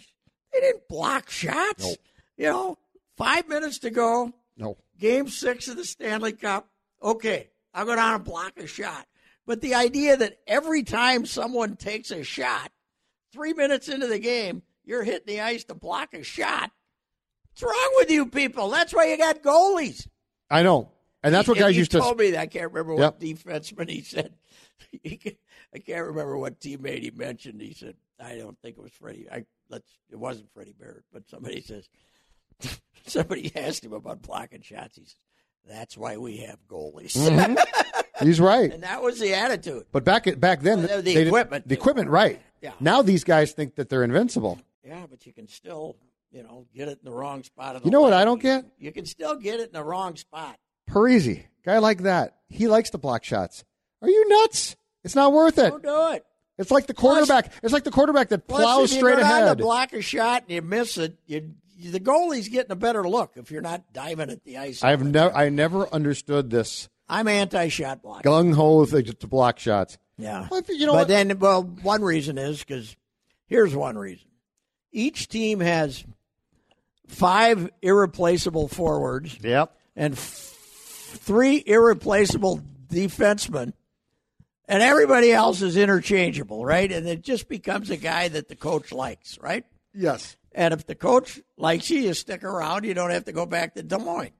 Speaker 4: they didn't block shots.
Speaker 5: Nope.
Speaker 4: You know, five minutes to go.
Speaker 5: No.
Speaker 4: Game six of the Stanley Cup. Okay, I'll go down and block a shot. But the idea that every time someone takes a shot, three minutes into the game, you're hitting the ice to block a shot. What's wrong with you people? That's why you got goalies.
Speaker 5: I know, and that's what
Speaker 4: And
Speaker 5: guys
Speaker 4: he
Speaker 5: used to.
Speaker 4: told me that. I can't remember what defenseman he said. He ca- I can't remember what teammate he mentioned. He said, "I don't think it was Freddie. I let's it wasn't Freddie Barrett, but somebody says somebody asked him about blocking shots. He says that's why we have goalies,
Speaker 5: Mm-hmm. he's right.
Speaker 4: and that was the attitude.
Speaker 5: But back back then,
Speaker 4: Well, the
Speaker 5: did-
Speaker 4: equipment.
Speaker 5: the equipment, right?
Speaker 4: Yeah.
Speaker 5: Now these guys think that they're invincible.
Speaker 4: Yeah, but you can still, you know, get it in the wrong spot. of the
Speaker 5: You know what
Speaker 4: line.
Speaker 5: I don't get?
Speaker 4: You can still get it in the wrong spot.
Speaker 5: Parisi, guy like that, he likes to block shots. Are you nuts? It's not worth it.
Speaker 4: Don't do it.
Speaker 5: It's like the quarterback. It's like the quarterback that
Speaker 4: Plus,
Speaker 5: plows
Speaker 4: if
Speaker 5: straight
Speaker 4: you go down
Speaker 5: ahead.
Speaker 4: to block a shot and you miss it, you, you, the goalie's getting a better look if you're not diving at the ice.
Speaker 5: I've never, I never understood this
Speaker 4: I'm anti-shot block.
Speaker 5: gung ho to block shots.
Speaker 4: Yeah,
Speaker 5: Well, if you- you know
Speaker 4: but
Speaker 5: what-
Speaker 4: then, well, one reason is because here's one reason: each team has five irreplaceable forwards
Speaker 5: Yep.
Speaker 4: and f- three irreplaceable defensemen, and everybody else is interchangeable, right? And it just becomes a guy that the coach likes, right?
Speaker 5: Yes.
Speaker 4: And if the coach likes you, you stick around. You don't have to go back to Des Moines.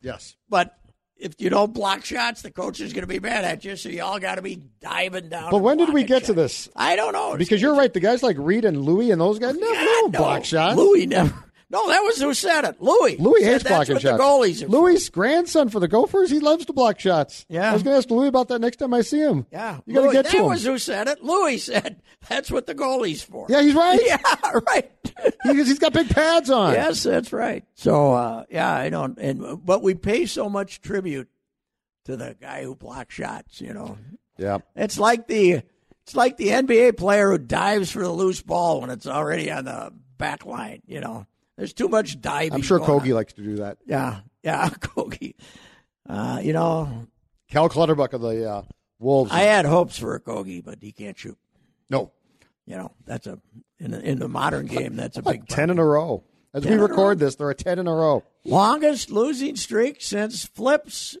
Speaker 5: Yes.
Speaker 4: But if you don't block shots, the coach is going to be mad at you. So you all got to be diving down.
Speaker 5: But
Speaker 4: and
Speaker 5: when did we
Speaker 4: blocking
Speaker 5: get to
Speaker 4: shots.
Speaker 5: this?
Speaker 4: I don't know.
Speaker 5: Because you're right. The guys like Reed and Louie and those guys never no,
Speaker 4: God, no.
Speaker 5: block shots.
Speaker 4: Louis never. No, that was who said it. Louis.
Speaker 5: Louis
Speaker 4: said
Speaker 5: hates
Speaker 4: that's
Speaker 5: blocking
Speaker 4: what
Speaker 5: shots.
Speaker 4: The goalies. Are for.
Speaker 5: Louis' grandson for the Gophers, he loves to block shots.
Speaker 4: Yeah.
Speaker 5: I was going to ask Louis about that next time I see him.
Speaker 4: Yeah,
Speaker 5: You got to
Speaker 4: Louis-
Speaker 5: get to
Speaker 4: That
Speaker 5: him.
Speaker 4: was who said it. Louis said that's what the goalies for.
Speaker 5: yeah, he's right.
Speaker 4: yeah, right.
Speaker 5: He, he's got big pads on.
Speaker 4: Yes, that's right. So uh, yeah, I don't. And but we pay so much tribute to the guy who blocks shots. You know,
Speaker 5: Yeah.
Speaker 4: it's like the it's like the NBA player who dives for the loose ball when it's already on the back line. You know, there's too much diving.
Speaker 5: I'm sure
Speaker 4: going on.
Speaker 5: Kogi likes to do that.
Speaker 4: Yeah, yeah, Kogi. Uh, you know,
Speaker 5: Cal Clutterbuck of the uh, Wolves.
Speaker 4: I had hopes for a Kogi, but he can't shoot.
Speaker 5: no.
Speaker 4: You know, that's a in the, in the modern game that's a big
Speaker 5: Like 10 in a row. As we
Speaker 4: in a
Speaker 5: record this, there are 10 in a row.
Speaker 4: Longest losing streak since Flips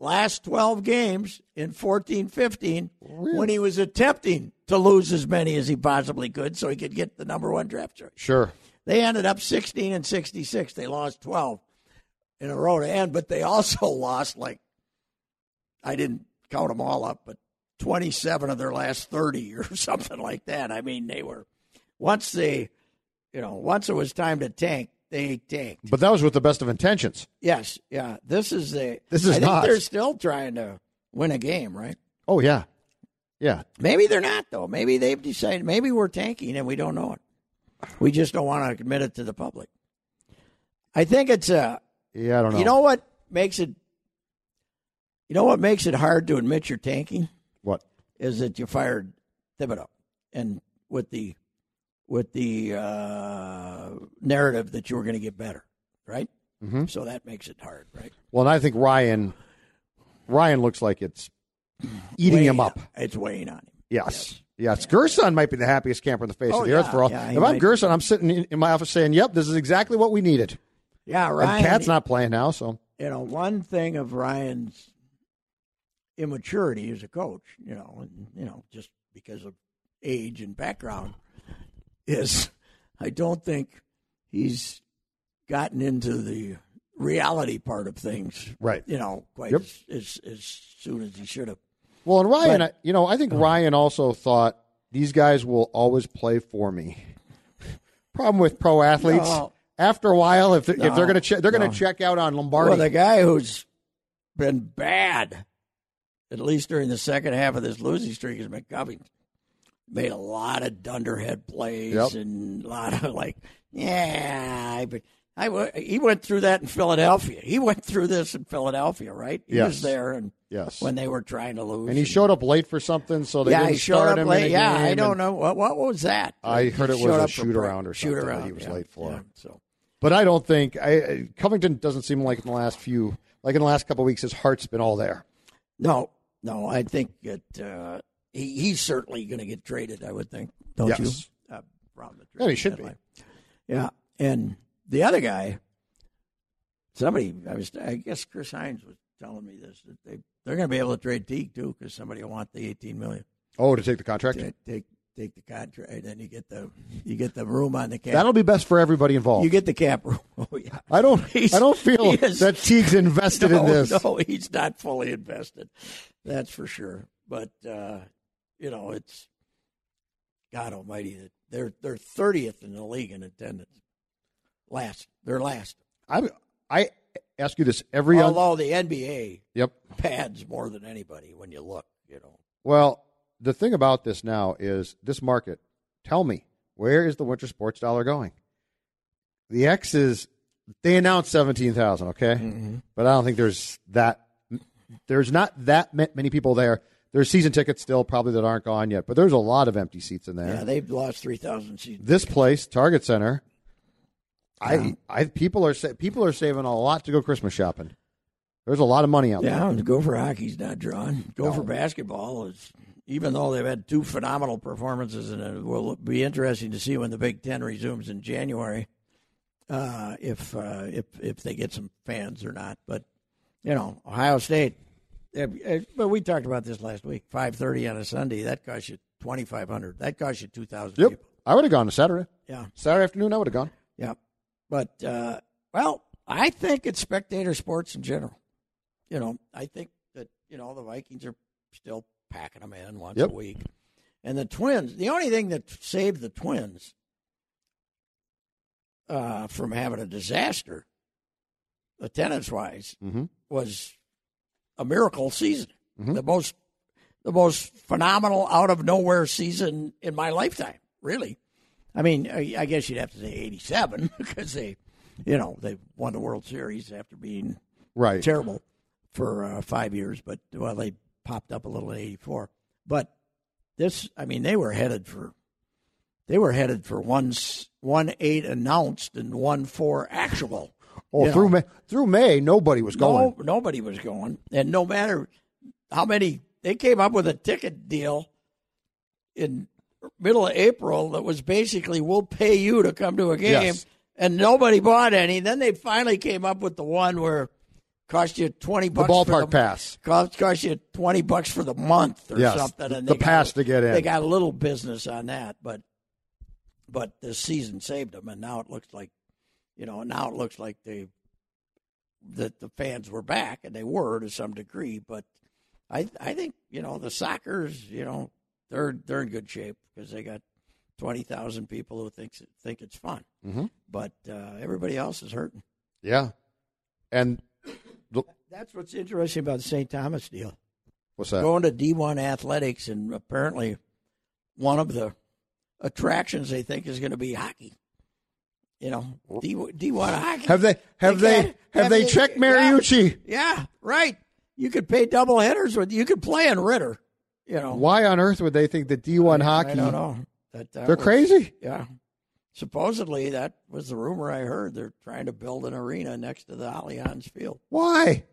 Speaker 4: last 12 games in 14 15 when he was attempting to lose as many as he possibly could so he could get the number one draft choice.
Speaker 5: Sure.
Speaker 4: They ended up 16 and 66. They lost 12 in a row to end, but they also lost like I didn't count them all up, but 27 of their last 30 or something like that. I mean, they were once they, you know, once it was time to tank, they tanked.
Speaker 5: But that was with the best of intentions.
Speaker 4: Yes, yeah. This is a
Speaker 5: This is
Speaker 4: I think
Speaker 5: not.
Speaker 4: they're still trying to win a game, right?
Speaker 5: Oh yeah, yeah.
Speaker 4: Maybe they're not though. Maybe they've decided. Maybe we're tanking and we don't know it. We just don't want to admit it to the public. I think it's a.
Speaker 5: Yeah, I don't know.
Speaker 4: You know what makes it. You know what makes it hard to admit you're tanking
Speaker 5: what?
Speaker 4: is that you fired Thibodeau, and with the, with the uh, narrative that you were going to get better, right?
Speaker 5: Mm-hmm.
Speaker 4: So that makes it hard, right?
Speaker 5: Well, and I think Ryan, Ryan looks like it's eating him
Speaker 4: Weighing-
Speaker 5: up.
Speaker 4: It's weighing on him.
Speaker 5: Yes. Yes, Gerson might be the happiest camper on the face
Speaker 4: Oh,
Speaker 5: of the
Speaker 4: yeah.
Speaker 5: earth for all.
Speaker 4: Yeah, he
Speaker 5: if I'm
Speaker 4: might
Speaker 5: Gerson, I'm sitting in, in my office saying, "Yep, this is exactly what we needed."
Speaker 4: Yeah, Ryan.
Speaker 5: and Cat's not playing now, so
Speaker 4: you know, one thing of Ryan's immaturity as a coach, you know, and you know, just because of age and background, is I don't think he's gotten into the reality part of things,
Speaker 5: Right.
Speaker 4: You know, quite
Speaker 5: Yep.
Speaker 4: as, as as soon as he should have.
Speaker 5: Well, and Ryan,
Speaker 4: But-
Speaker 5: I, you know, I think
Speaker 4: Uh-huh.
Speaker 5: Ryan also thought these guys will always play for me. Problem with pro athletes,
Speaker 4: No.
Speaker 5: after a while, if they're, if they're
Speaker 4: No.
Speaker 5: going to che- they're going
Speaker 4: No.
Speaker 5: to check out on Lombardi.
Speaker 4: Well, the guy who's been bad, at least during the second half of this losing streak, is McCovington. Made a lot of dunderhead plays
Speaker 5: Yep.
Speaker 4: and a lot of like, yeah, I- but I w- he went through that in Philadelphia. He went through this in Philadelphia, right? He
Speaker 5: Yes.
Speaker 4: was there and
Speaker 5: yes,
Speaker 4: when they were trying to lose,
Speaker 5: and he showed up late for something, so they
Speaker 4: yeah,
Speaker 5: didn't
Speaker 4: he showed
Speaker 5: start
Speaker 4: up
Speaker 5: him.
Speaker 4: late.
Speaker 5: in a
Speaker 4: yeah,
Speaker 5: game,
Speaker 4: I don't
Speaker 5: and-
Speaker 4: know what what was that.
Speaker 5: I heard it
Speaker 4: He
Speaker 5: was
Speaker 4: showed
Speaker 5: a
Speaker 4: up for
Speaker 5: shoot
Speaker 4: break-
Speaker 5: around or
Speaker 4: shoot
Speaker 5: something that
Speaker 4: around.
Speaker 5: he was
Speaker 4: yeah,
Speaker 5: late for.
Speaker 4: yeah, so
Speaker 5: But I don't think I, Covington doesn't seem like in the last few, like in the last couple of weeks, his heart's been all there.
Speaker 4: No, no. I think that uh, he, he's certainly going to get traded. I would think, don't
Speaker 5: Yes.
Speaker 4: you? Uh, around the
Speaker 5: Yeah, he should be.
Speaker 4: deadline. Yeah, and the other guy, somebody. I was. I guess Chris Hines was telling me this that they they're going to be able to trade Teague too because somebody will want the eighteen million.
Speaker 5: Oh, to take the contract,
Speaker 4: Take take, take the contract, and then you get the you get the room on the cap.
Speaker 5: that'll be best for everybody involved.
Speaker 4: you get the cap room. Oh yeah.
Speaker 5: I don't,
Speaker 4: He's-
Speaker 5: I don't feel
Speaker 4: he is-
Speaker 5: that Teague's invested
Speaker 4: no,
Speaker 5: in this.
Speaker 4: No, he's not fully invested. That's for sure. But uh, you know, it's God Almighty that they're they're thirtieth in the league in attendance. Last, they're last.
Speaker 5: I I ask you this every other.
Speaker 4: Although the NBA
Speaker 5: Yep.
Speaker 4: pads more than anybody when you look, you know.
Speaker 5: Well, the thing about this now is this market. Tell me, where is the winter sports dollar going? The X is they announced seventeen thousand, okay,
Speaker 4: Mm-hmm.
Speaker 5: but I don't think there's that. There's not that ma- many people there. There's season tickets still probably that aren't gone yet, but there's a lot of empty seats in there.
Speaker 4: Yeah, they've lost three thousand seasons.
Speaker 5: this place, Target Center. I, I people are sa- people are saving a lot to go Christmas shopping. There's a lot of money out
Speaker 4: Yeah, and Gopher hockey's not drawn. Gopher basketball is, even though they've had two phenomenal performances, and it will be interesting to see when the Big Ten resumes in January, uh, if uh, if if they get some fans or not. But you know, Ohio State. eh, eh, But we talked about this last week. Five thirty on a Sunday that costs you twenty five hundred. That costs you two thousand.
Speaker 5: there. Yep,
Speaker 4: people.
Speaker 5: I would have gone to Saturday.
Speaker 4: Yeah.
Speaker 5: Saturday afternoon, I would have gone.
Speaker 4: Yeah. But, uh, well, I think it's spectator sports in general. You know, I think that, you know, the Vikings are still packing them in once
Speaker 5: Yep.
Speaker 4: a week. And the Twins, the only thing that saved the Twins uh, from having a disaster, attendance wise,
Speaker 5: Mhm.
Speaker 4: was a miracle season. The most. The most phenomenal out of nowhere season in my lifetime, really. I mean, I I guess you'd have to say 87 because they, you know, they won the World Series after being
Speaker 5: Right.
Speaker 4: terrible for uh, five years. But, well, they popped up a little in 84. But this, I mean, they were headed for, they were headed for one, s- one eight announced and one four actual.
Speaker 5: Oh,
Speaker 4: You
Speaker 5: through
Speaker 4: know,
Speaker 5: May, through May, nobody was going.
Speaker 4: No, nobody was going. And no matter how many, they came up with a ticket deal in middle of April that was basically we'll pay you to come to a game
Speaker 5: Yes.
Speaker 4: and nobody bought any. Then they finally came up with the one where cost you twenty bucks.
Speaker 5: ballpark
Speaker 4: for
Speaker 5: pass.
Speaker 4: cost, cost you twenty bucks for the month or
Speaker 5: Yes,
Speaker 4: something. And
Speaker 5: the
Speaker 4: they got-
Speaker 5: pass to get in.
Speaker 4: They got a little business on that, but but this season saved them, and now it looks like you know now it looks like they that the fans were back, and they were to some degree. But I I think you know the soccer's you know they're they're in good shape because they got twenty thousand people who thinks think it's fun,
Speaker 5: Mhm.
Speaker 4: but uh, everybody else is hurting.
Speaker 5: Yeah. And the-
Speaker 4: That's what's interesting about the St. Thomas deal.
Speaker 5: what's that?
Speaker 4: Going to D1 athletics, and apparently one of the attractions they think is going to be hockey. You know, D, D1 hockey.
Speaker 5: Have they have they
Speaker 4: got-
Speaker 5: have, they, checked Mariucci?
Speaker 4: Yeah, yeah, right. You could pay double headers with. You could play in Ritter. You know,
Speaker 5: Why on earth would they think that D1 hockey?
Speaker 4: I don't know. That, that
Speaker 5: They're
Speaker 4: was-
Speaker 5: crazy.
Speaker 4: Yeah. Supposedly, that was the rumor I heard. They're trying to build an arena next to the Allianz Field, uh,
Speaker 5: Why?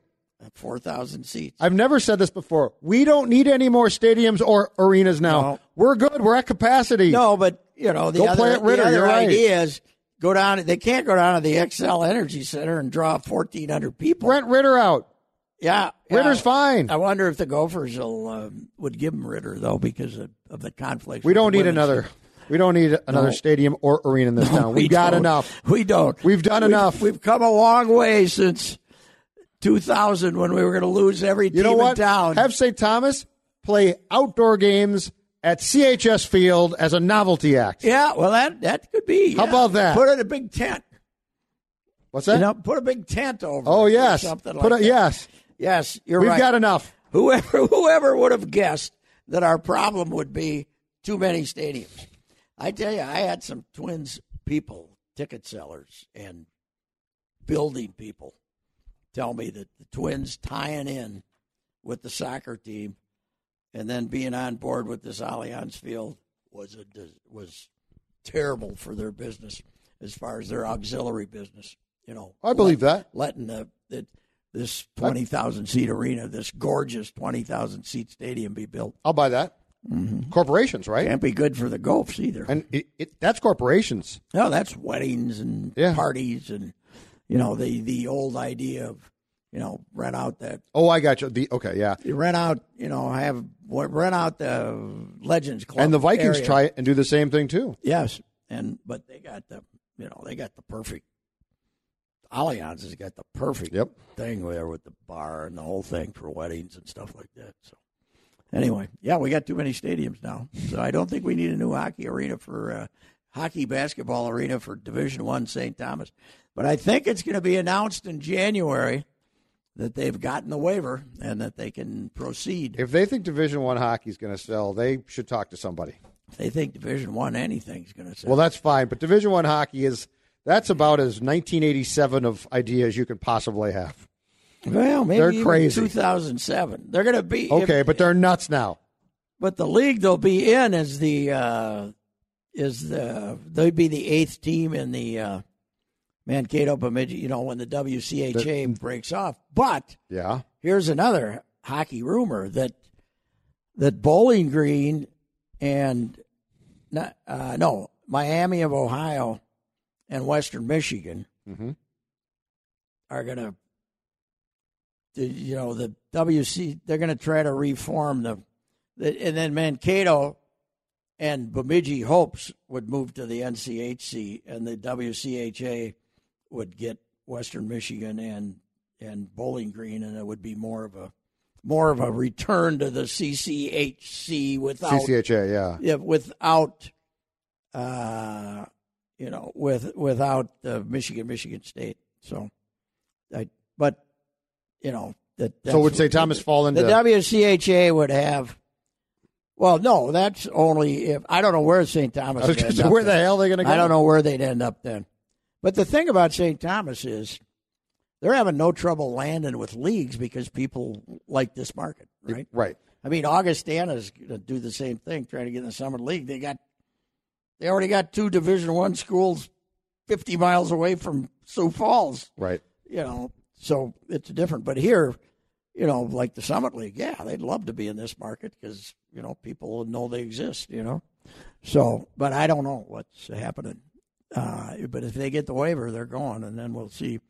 Speaker 4: four thousand seats.
Speaker 5: I've never said this before. We don't need any more stadiums or arenas now.
Speaker 4: No.
Speaker 5: We're good. We're at capacity.
Speaker 4: No, but you know the
Speaker 5: Go
Speaker 4: other,
Speaker 5: play at Ritter,
Speaker 4: the other
Speaker 5: you're right.
Speaker 4: idea is go down. They can't go down to the XL Energy Center and draw fourteen hundred people.
Speaker 5: Rent Ritter out.
Speaker 4: yeah, yeah.
Speaker 5: Ritter's fine.
Speaker 4: I wonder if the Gophers will um, would give him Ritter though because of, of the conflict.
Speaker 5: we don't need another. We don't need another stadium or arena in this town. We've got enough.
Speaker 4: We don't.
Speaker 5: We've done enough.
Speaker 4: We've come a long way since 2000 when we were going to lose every
Speaker 5: You
Speaker 4: team
Speaker 5: know what?
Speaker 4: in town.
Speaker 5: Have St. Thomas play outdoor games at CHS Field as a novelty act.
Speaker 4: yeah, well that that could be.
Speaker 5: How
Speaker 4: yeah.
Speaker 5: about that?
Speaker 4: Put in a big tent.
Speaker 5: What's
Speaker 4: You
Speaker 5: that?
Speaker 4: know, put a big tent over.
Speaker 5: oh
Speaker 4: it or
Speaker 5: yes.
Speaker 4: something
Speaker 5: Put
Speaker 4: like that.
Speaker 5: a, yes.
Speaker 4: Yes, you're
Speaker 5: We've
Speaker 4: right.
Speaker 5: got enough.
Speaker 4: Whoever whoever would have guessed that our problem would be too many stadiums. I tell you, I had some twins people, ticket sellers and building people, tell me that the twins tying in with the soccer team and then being on board with this Allianz Field was a dis- was terrible for their business as far as their auxiliary business. You know,
Speaker 5: I believe
Speaker 4: let-
Speaker 5: that.
Speaker 4: letting the, the this twenty thousand seat arena, this gorgeous twenty thousand seat stadium, be built
Speaker 5: I'll buy that.
Speaker 4: Mm-hmm.
Speaker 5: Corporations, right?
Speaker 4: can't be good for the Gophers either.
Speaker 5: And it, it, that's corporations.
Speaker 4: No, that's weddings and
Speaker 5: Yeah.
Speaker 4: parties and you know the the old idea of you know rent out that
Speaker 5: Oh, I got you. The okay, yeah.
Speaker 4: you rent out you know have rent out the Legends Club
Speaker 5: And the Vikings
Speaker 4: area.
Speaker 5: try it and do the same thing too.
Speaker 4: yes and but they got the you know they got the perfect Allianz has got the perfect
Speaker 5: Yep.
Speaker 4: thing there with the bar and the whole thing for weddings and stuff like that so. Anyway, yeah, we got too many stadiums now, so I don't think we need a new hockey arena for uh, hockey basketball arena for Division One St. Thomas. But I think it's going to be announced in January that they've gotten the waiver and that they can proceed.
Speaker 5: If they think Division One hockey is going to sell, they should talk to somebody.
Speaker 4: If they think Division One anything's going to sell.
Speaker 5: Well, that's fine, but Division One hockey is that's about as 1987 of ideas you could possibly have.
Speaker 4: well, maybe
Speaker 5: they're
Speaker 4: even
Speaker 5: crazy.
Speaker 4: 2007. They're going to be if-
Speaker 5: Okay, but they're nuts now.
Speaker 4: But the league they'll be in is the uh, is the they'd be the eighth team in the uh, Mankato Bemidji. You know when the WCHA breaks off. But
Speaker 5: Yeah.
Speaker 4: here's another hockey rumor that that Bowling Green and not, uh, no Miami of Ohio and Western Michigan
Speaker 5: Mhm.
Speaker 4: are going to you know the WC they're going to try to reform the, the and then Mankato and Bemidji hopes would move to the NCHC and the WCHA would get Western Michigan and and Bowling Green, and it would be more of a more of a return to the CCHC without
Speaker 5: CCHA. Yeah.
Speaker 4: yeah, without uh, you know with without uh, Michigan Michigan State. So, I, but you know that
Speaker 5: So would
Speaker 4: that's-
Speaker 5: say Thomas fall into
Speaker 4: the WCHA would have. Well, no, that's only if I don't know where St. Thomas.
Speaker 5: I was
Speaker 4: would
Speaker 5: gonna
Speaker 4: end
Speaker 5: say,
Speaker 4: up
Speaker 5: where the
Speaker 4: then.
Speaker 5: hell are they going to go?
Speaker 4: I don't know where they'd end up then. But the thing about St. Thomas is they're having no trouble landing with leagues because people like this market, right?
Speaker 5: Right.
Speaker 4: I mean, Augustana's going to do the same thing, trying to get in the summer league. They got, they already got two Division One schools, fifty miles away from Sioux Falls.
Speaker 5: Right.
Speaker 4: You know, so it's different. But here, you know, like the Summit League, yeah, they'd love to be in this market because you know people know they exist. You know, so but I don't know what's happening. Uh, but if they get the waiver, they're going, and then we'll see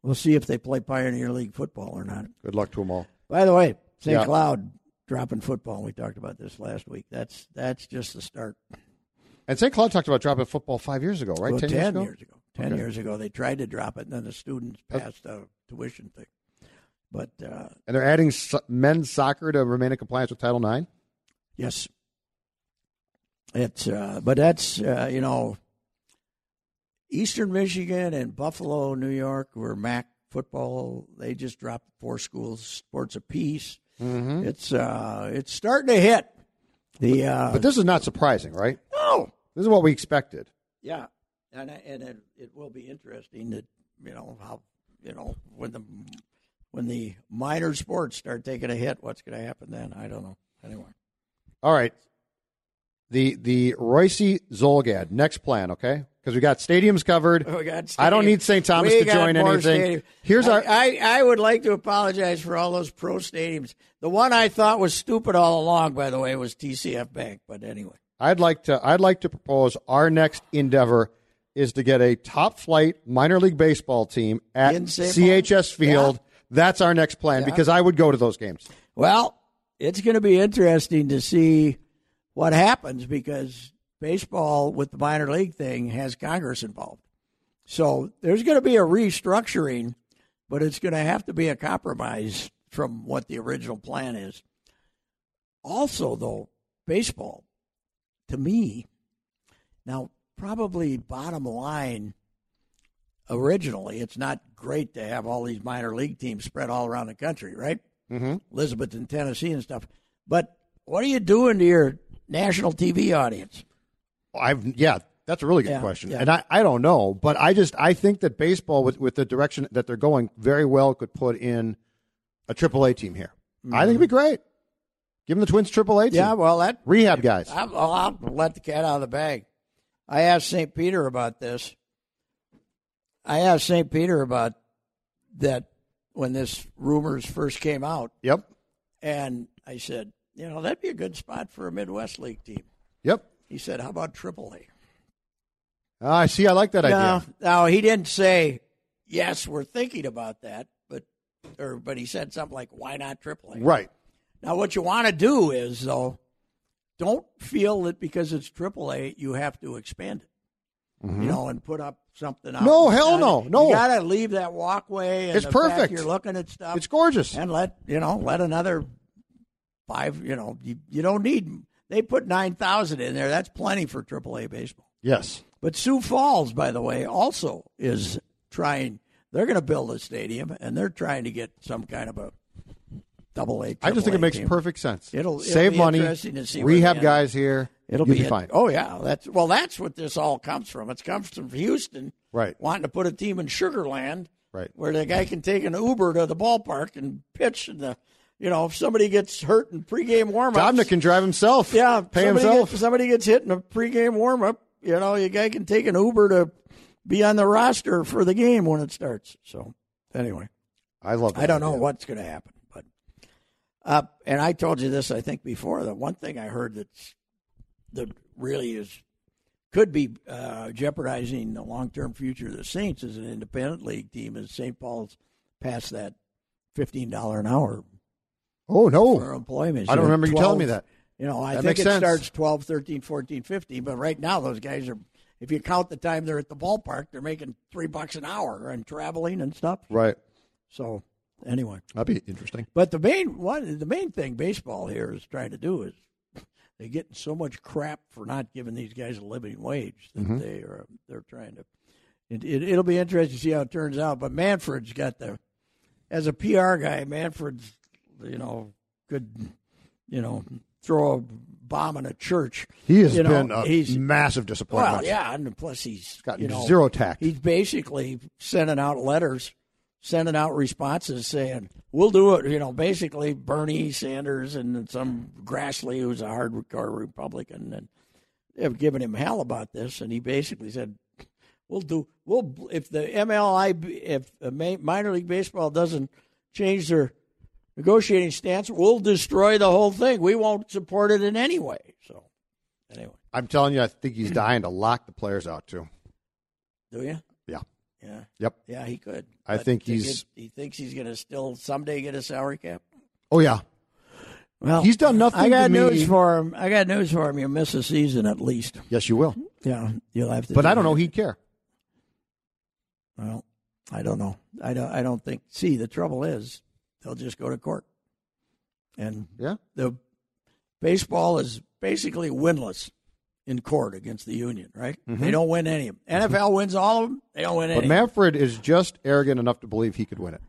Speaker 4: We'll see if they play Pioneer League football or not.
Speaker 5: Good luck to them all.
Speaker 4: By the way, St.
Speaker 5: Yeah.
Speaker 4: Cloud dropping football. We talked about this last week. That's that's just the start.
Speaker 5: And St. Cloud talked about dropping football five years ago, right?
Speaker 4: Well,
Speaker 5: ten, years ago.
Speaker 4: Ten
Speaker 5: Okay.
Speaker 4: years ago, they tried to drop it, and then the students
Speaker 5: That's-
Speaker 4: passed a tuition thing. But uh,
Speaker 5: And they're adding so- men's soccer to remain in compliance with Title IX.
Speaker 4: yes, it's uh, but that's uh, you know, Eastern Michigan and Buffalo, New York, were MAC football. They just dropped four schools sports apiece.
Speaker 5: Mm-hmm.
Speaker 4: It's uh, it's starting to hit the. Uh,
Speaker 5: But this is not surprising, right?
Speaker 4: no,
Speaker 5: This is what we expected.
Speaker 4: Yeah, and I- and it, it will be interesting that you know how you know when the when the minor sports start taking a hit, what's going to happen then? I don't know. Anyway,
Speaker 5: All right. The the Royce Zolgad next plan, okay? Because we got stadiums covered.
Speaker 4: we got
Speaker 5: I don't
Speaker 4: stadium-
Speaker 5: need St. Thomas
Speaker 4: we
Speaker 5: to
Speaker 4: got
Speaker 5: join
Speaker 4: more
Speaker 5: anything.
Speaker 4: stadium.
Speaker 5: Here's
Speaker 4: I,
Speaker 5: our
Speaker 4: I I would like to apologize for all those pro stadiums. The one I thought was stupid all along, by the way, was TCF Bank. But anyway,
Speaker 5: I'd like to I'd like to propose our next endeavor is to get a top flight minor league baseball team at
Speaker 4: In St.
Speaker 5: CHS
Speaker 4: Paul?
Speaker 5: Field. That's our next plan because I would go to those games.
Speaker 4: well, it's going to be interesting to see what happens because baseball with the minor league thing has Congress involved. So there's going to be a restructuring, but it's going to have to be a compromise from what the original plan is. Also, though, baseball, to me, now probably bottom line, originally, it's not great to have all these minor league teams spread all around the country, right? Mm-hmm. Elizabeth and Tennessee and stuff. But what are you doing to your national TV audience?
Speaker 5: I've yeah, that's a really good
Speaker 4: Yeah,
Speaker 5: question,
Speaker 4: yeah.
Speaker 5: and I, I don't know, but I just I think that baseball with with the direction that they're going very well could put in a AAA team here. I think it'd be great. Give them the Twins AAA team.
Speaker 4: Mm-hmm. Yeah, well, that
Speaker 5: rehab guys.
Speaker 4: I'll, I'll let the cat out of the bag. I asked St. Peter about this. I asked St. Peter about that when this rumors first came out,
Speaker 5: yep,
Speaker 4: and I said, you know, that'd be a good spot for a Midwest League team.
Speaker 5: yep. Ah,
Speaker 4: He said, how about AAA?
Speaker 5: I see. I like that
Speaker 4: No,
Speaker 5: idea.
Speaker 4: no, he didn't say, yes, we're thinking about that, but or but he said something like, why not AAA?
Speaker 5: Right.
Speaker 4: Now, what you want to do is, though, don't feel that because it's AAA, you have to expand it, you know, and put up something. Out
Speaker 5: Mm-hmm. No, hell no, no.
Speaker 4: You got to leave that walkway. And
Speaker 5: It's
Speaker 4: the fact
Speaker 5: perfect.
Speaker 4: You're looking at stuff.
Speaker 5: It's gorgeous.
Speaker 4: and let you know, let another five. You know, you, you don't need. They put nine thousand in there. That's plenty for AAA baseball.
Speaker 5: yes.
Speaker 4: But Sioux Falls, by the way, also is trying. They're going to build a stadium, and they're trying to get some kind of a double A.
Speaker 5: I just think it
Speaker 4: AAA
Speaker 5: makes
Speaker 4: team.
Speaker 5: perfect sense.
Speaker 4: It'll- it'll
Speaker 5: save
Speaker 4: be
Speaker 5: money.
Speaker 4: interesting to see where they
Speaker 5: rehab
Speaker 4: end
Speaker 5: guys here.
Speaker 4: It'll
Speaker 5: You'll
Speaker 4: be,
Speaker 5: be
Speaker 4: it.
Speaker 5: fine.
Speaker 4: Oh yeah, that's well. That's what this all comes from. It comes from Houston,
Speaker 5: Right.
Speaker 4: Wanting to put a team in Sugar Land,
Speaker 5: Right.
Speaker 4: where the guy can take an Uber to the ballpark and pitch, and the, you know, if somebody gets hurt in pregame warmups,
Speaker 5: Dobnik can drive himself.
Speaker 4: yeah,
Speaker 5: Pay
Speaker 4: somebody
Speaker 5: himself.
Speaker 4: Gets, somebody gets hit in a pregame warmup, you know, the guy can take an Uber to be on the roster for the game when it starts. So anyway,
Speaker 5: I love. That
Speaker 4: I don't know
Speaker 5: idea.
Speaker 4: what's going to happen, but uh, and I told you this, I think before. The one thing I heard that's that really is could be uh, jeopardizing the long-term future of the Saints as an independent league team is St. Paul's passed that fifteen dollar an hour
Speaker 5: Oh
Speaker 4: for
Speaker 5: no.
Speaker 4: employment.
Speaker 5: I don't
Speaker 4: You're
Speaker 5: remember you telling me
Speaker 4: 12
Speaker 5: that.
Speaker 4: You know, I
Speaker 5: That
Speaker 4: think
Speaker 5: makes
Speaker 4: it
Speaker 5: sense.
Speaker 4: starts 12, 13, 14, 15, but right now those guys are if you count the time they're at the ballpark, they're making 3 bucks an hour and traveling and stuff.
Speaker 5: Right.
Speaker 4: So, anyway,
Speaker 5: That'd be interesting.
Speaker 4: but the main one the main thing baseball here is trying to do is they're getting so much crap for not giving these guys a living wage that
Speaker 5: Mm-hmm.
Speaker 4: they are they're trying to it, it, it'll be interesting to see how it turns out but manfred's got the as a pr guy manfred's you know could you know throw a bomb in a church
Speaker 5: He has
Speaker 4: you know,
Speaker 5: been a
Speaker 4: he's
Speaker 5: massive disappointment.
Speaker 4: well yeah and plus he's
Speaker 5: got
Speaker 4: you know,
Speaker 5: zero tact.
Speaker 4: he's basically sending out letters, sending out responses saying, "We'll do it." You know, basically Bernie Sanders and some Grassley, who's a hardcore Republican, and have given him hell about this, and he basically said, "We'll do. We'll if the MLI if uh, ma- minor league baseball doesn't change their negotiating stance, we'll destroy the whole thing. We won't support it in any way." So, anyway,
Speaker 5: I'm telling you, I think he's dying to lock the players out too.
Speaker 4: do you?
Speaker 5: Yeah,
Speaker 4: Yeah.
Speaker 5: Yep.
Speaker 4: Yeah, he could.
Speaker 5: I
Speaker 4: But
Speaker 5: think
Speaker 4: to
Speaker 5: he's-
Speaker 4: get- he thinks he's going to still someday get a salary cap.
Speaker 5: Oh yeah.
Speaker 4: Well,
Speaker 5: He's done nothing
Speaker 4: I got
Speaker 5: to me.
Speaker 4: news for him. I got news for him. You miss a season at least.
Speaker 5: Yes, you will.
Speaker 4: Yeah, you'll have to.
Speaker 5: But
Speaker 4: do
Speaker 5: I don't
Speaker 4: that.
Speaker 5: know. He'd care.
Speaker 4: Well, I don't know. I don't. I don't think. See, the trouble is, they'll just go to court, and
Speaker 5: Yeah.
Speaker 4: the baseball is basically winless in court against the union. Right? They don't win any of them. NFL wins all of them. They don't win
Speaker 5: Mm-hmm. But
Speaker 4: any.
Speaker 5: Manfred is just arrogant enough to believe he could win it.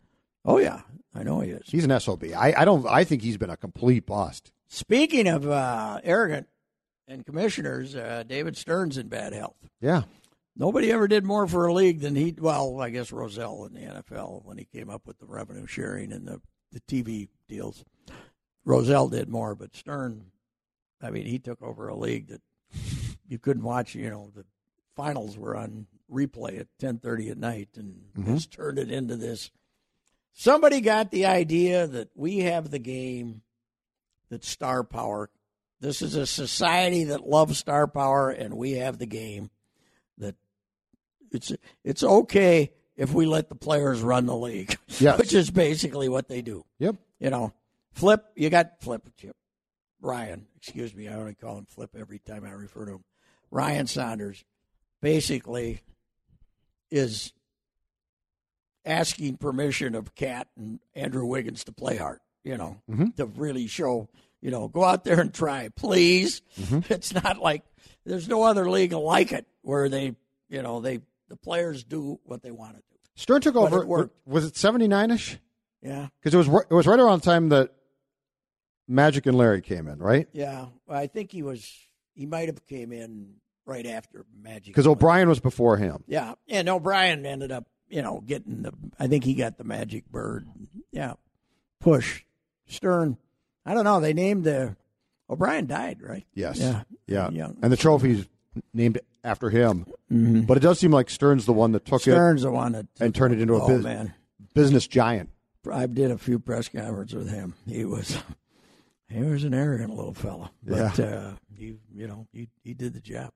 Speaker 4: oh yeah, I know he is.
Speaker 5: He's an sob. I, I don't. I think he's been a complete bust.
Speaker 4: Speaking of uh, arrogant and commissioners, uh, David Stern's in bad health.
Speaker 5: Yeah.
Speaker 4: Nobody ever did more for a league than he. Well, I guess Roselle in the NFL when he came up with the revenue sharing and the the TV deals. Roselle did more, but Stern, I mean, he took over a league that you couldn't watch. You know, the finals were on replay at ten thirty at night, and just turned it into this. Somebody got the idea that we have the game that star power. This is a society that loves star power, and we have the game that it's it's okay if we let the players run the league,
Speaker 5: Yes.
Speaker 4: which is basically what they do.
Speaker 5: Yep.
Speaker 4: You know, Flip, you got Flip Chip Ryan. Excuse me, I only call him Flip every time I refer to him. Ryan Saunders basically is asking permission of Cat and Andrew Wiggins to play hard. You know, to really show. You know, go out there and try, please. It's not like there's no other league like it where they, you know, they the players do what they want to do.
Speaker 5: Stern took
Speaker 4: But
Speaker 5: over.
Speaker 4: it worked.
Speaker 5: was it seventy nine ish?
Speaker 4: Yeah.
Speaker 5: Because it was ri- it was right around the time that Magic and Larry came in, right?
Speaker 4: Yeah, well, I think he was. He might have came in right after Magic.
Speaker 5: Because O'Brien was before him.
Speaker 4: Yeah, and O'Brien ended up, you know, getting the. I think he got the Magic Bird. Yeah, push Stern. I don't know. They named the O'Brien died, right?
Speaker 5: Yes.
Speaker 4: Yeah.
Speaker 5: Yeah.
Speaker 4: Yeah. Mm-hmm.
Speaker 5: And the trophy's named after him. But it does seem like Stern's the one that took
Speaker 4: Stern's the one that
Speaker 5: it and turned it into a
Speaker 4: oh
Speaker 5: bus-
Speaker 4: man,
Speaker 5: business giant.
Speaker 4: I did a few press conferences with him. He was. He was an arrogant little fella, but
Speaker 5: Yeah.
Speaker 4: uh, he, you know, he, he did the job.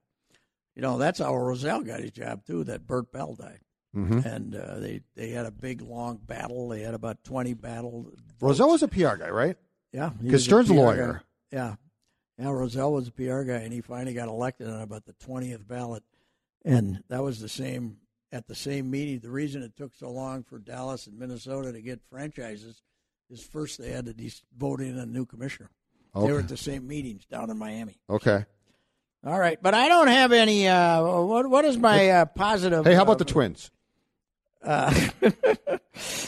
Speaker 4: You know, that's how Roselle got his job too. That Bert Bell died.
Speaker 5: Mm-hmm.
Speaker 4: and uh, they they had a big long battle. They had about twenty battles.
Speaker 5: Roselle was a PR guy, right?
Speaker 4: Yeah, he
Speaker 5: 'Cause
Speaker 4: was
Speaker 5: Stern's a
Speaker 4: PR
Speaker 5: lawyer.
Speaker 4: guy. Yeah, yeah. Roselle was a PR guy, and he finally got elected on about the twentieth ballot, and that was the same at the same meeting. The reason it took so long for Dallas and Minnesota to get franchises is first they had to de- vote in a new commissioner. They were
Speaker 5: Okay.
Speaker 4: at the same meetings down in Miami.
Speaker 5: Okay.
Speaker 4: All right, but I don't have any. Uh, what what is my uh, positive?
Speaker 5: Hey, how about
Speaker 4: uh,
Speaker 5: the twins?
Speaker 4: Uh,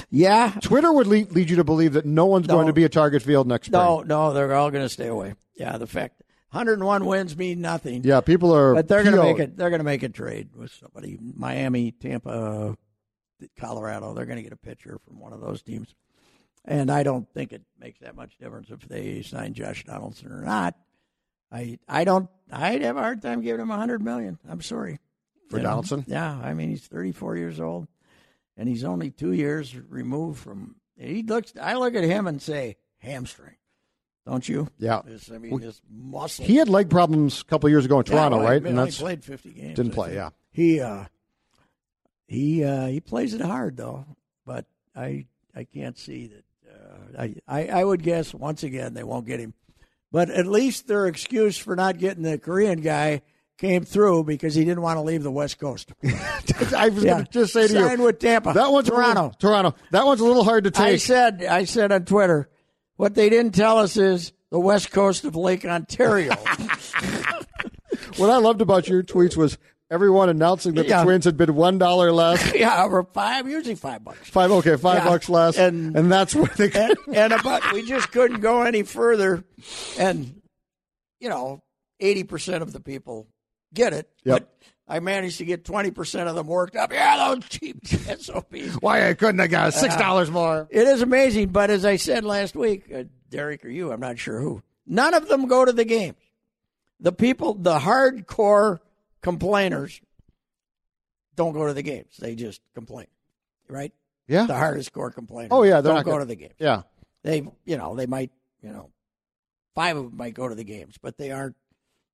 Speaker 4: yeah,
Speaker 5: Twitter would lead, lead you to believe that no one's
Speaker 4: No.
Speaker 5: going to be a target field next spring.
Speaker 4: No, no, they're all going to stay away. Yeah, the fact 101 wins mean nothing.
Speaker 5: Yeah, people are.
Speaker 4: but they're going to
Speaker 5: PO'd.
Speaker 4: make it. They're going to make a trade with somebody. Miami, Tampa, Colorado. They're going to get a pitcher from one of those teams. And I don't think it makes that much difference if they sign Josh Donaldson or not. I I don't. I'd have a hard time giving him a hundred million. I'm sorry
Speaker 5: For
Speaker 4: You know?
Speaker 5: Donaldson?
Speaker 4: Yeah, I mean he's 34 years old, and he's only two years removed from. He looks. I look at him and say hamstring. Don't you?
Speaker 5: Yeah.
Speaker 4: This, I mean, this muscle.
Speaker 5: He had leg problems a couple years ago in Toronto,
Speaker 4: Yeah, well,
Speaker 5: right?
Speaker 4: He
Speaker 5: And
Speaker 4: only
Speaker 5: that's
Speaker 4: played 50 games.
Speaker 5: didn't
Speaker 4: I
Speaker 5: play.
Speaker 4: think.
Speaker 5: Yeah.
Speaker 4: He uh, he uh, he plays it hard though, but I I can't see that. Uh, I, I I would guess once again they won't get him, but at least their excuse for not getting the Korean guy came through because he didn't want to leave the West Coast.
Speaker 5: I was
Speaker 4: Yeah.
Speaker 5: going to just say to you,
Speaker 4: Sign with Tampa.
Speaker 5: That one's a little-
Speaker 4: Toronto.
Speaker 5: Toronto. That one's a little hard to take.
Speaker 4: I said I said on Twitter, what they didn't tell us is the West Coast of Lake Ontario.
Speaker 5: What I loved about your tweets was everyone announcing that
Speaker 4: Yeah.
Speaker 5: the twins had bid one dollar less,
Speaker 4: yeah, over five, usually five bucks.
Speaker 5: five okay, five
Speaker 4: Yeah.
Speaker 5: bucks less,
Speaker 4: And-
Speaker 5: and, that's where they.
Speaker 4: and, and about we just couldn't go any further and you know 80% of the people get it
Speaker 5: Yep.
Speaker 4: but i managed to get 20% of them worked up yeah those cheap sops
Speaker 5: Why I couldn't have got six dollars more?
Speaker 4: it is amazing but as i said last week uh, derek or you i'm not sure who none of them go to the games the people the hardcore complainers don't go to the games they just complain right
Speaker 5: Yeah.
Speaker 4: the hardest core complainers
Speaker 5: Oh yeah, they're
Speaker 4: don't
Speaker 5: not
Speaker 4: go
Speaker 5: gonna-
Speaker 4: to the games
Speaker 5: Yeah.
Speaker 4: they you know they might you know five of them might go to the games but they aren't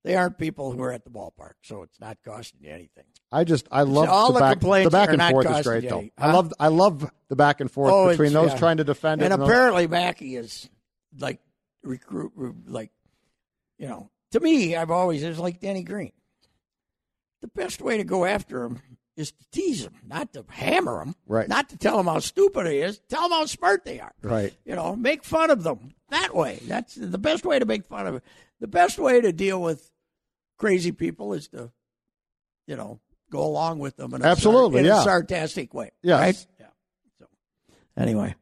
Speaker 4: They aren't people who are at the ballpark, so it's not costing you anything.
Speaker 5: I just I love
Speaker 4: all
Speaker 5: the,
Speaker 4: the
Speaker 5: back,
Speaker 4: complaints
Speaker 5: the back
Speaker 4: are
Speaker 5: and
Speaker 4: not
Speaker 5: forth is
Speaker 4: costing
Speaker 5: great
Speaker 4: you
Speaker 5: though.
Speaker 4: any-
Speaker 5: I
Speaker 4: huh? Oh,
Speaker 5: love I love the back and forth
Speaker 4: it's-
Speaker 5: between those
Speaker 4: yeah.
Speaker 5: trying to defend it
Speaker 4: And
Speaker 5: and, those-
Speaker 4: apparently Mackey is like recruit, like you know. To me, I've always is like Danny Green. The best way to go after him is to tease him, not to hammer him,
Speaker 5: Right.
Speaker 4: Not to tell him how stupid he is. Tell him how smart they are.
Speaker 5: right.
Speaker 4: You know, make fun of them that way. That's the best way to make fun of. The best way to deal with crazy people is to, you know, go along with them in a, sar-
Speaker 5: Absolutely,
Speaker 4: in a
Speaker 5: yeah.
Speaker 4: sarcastic way.
Speaker 5: Yes.
Speaker 4: Right? Yeah. So anyway,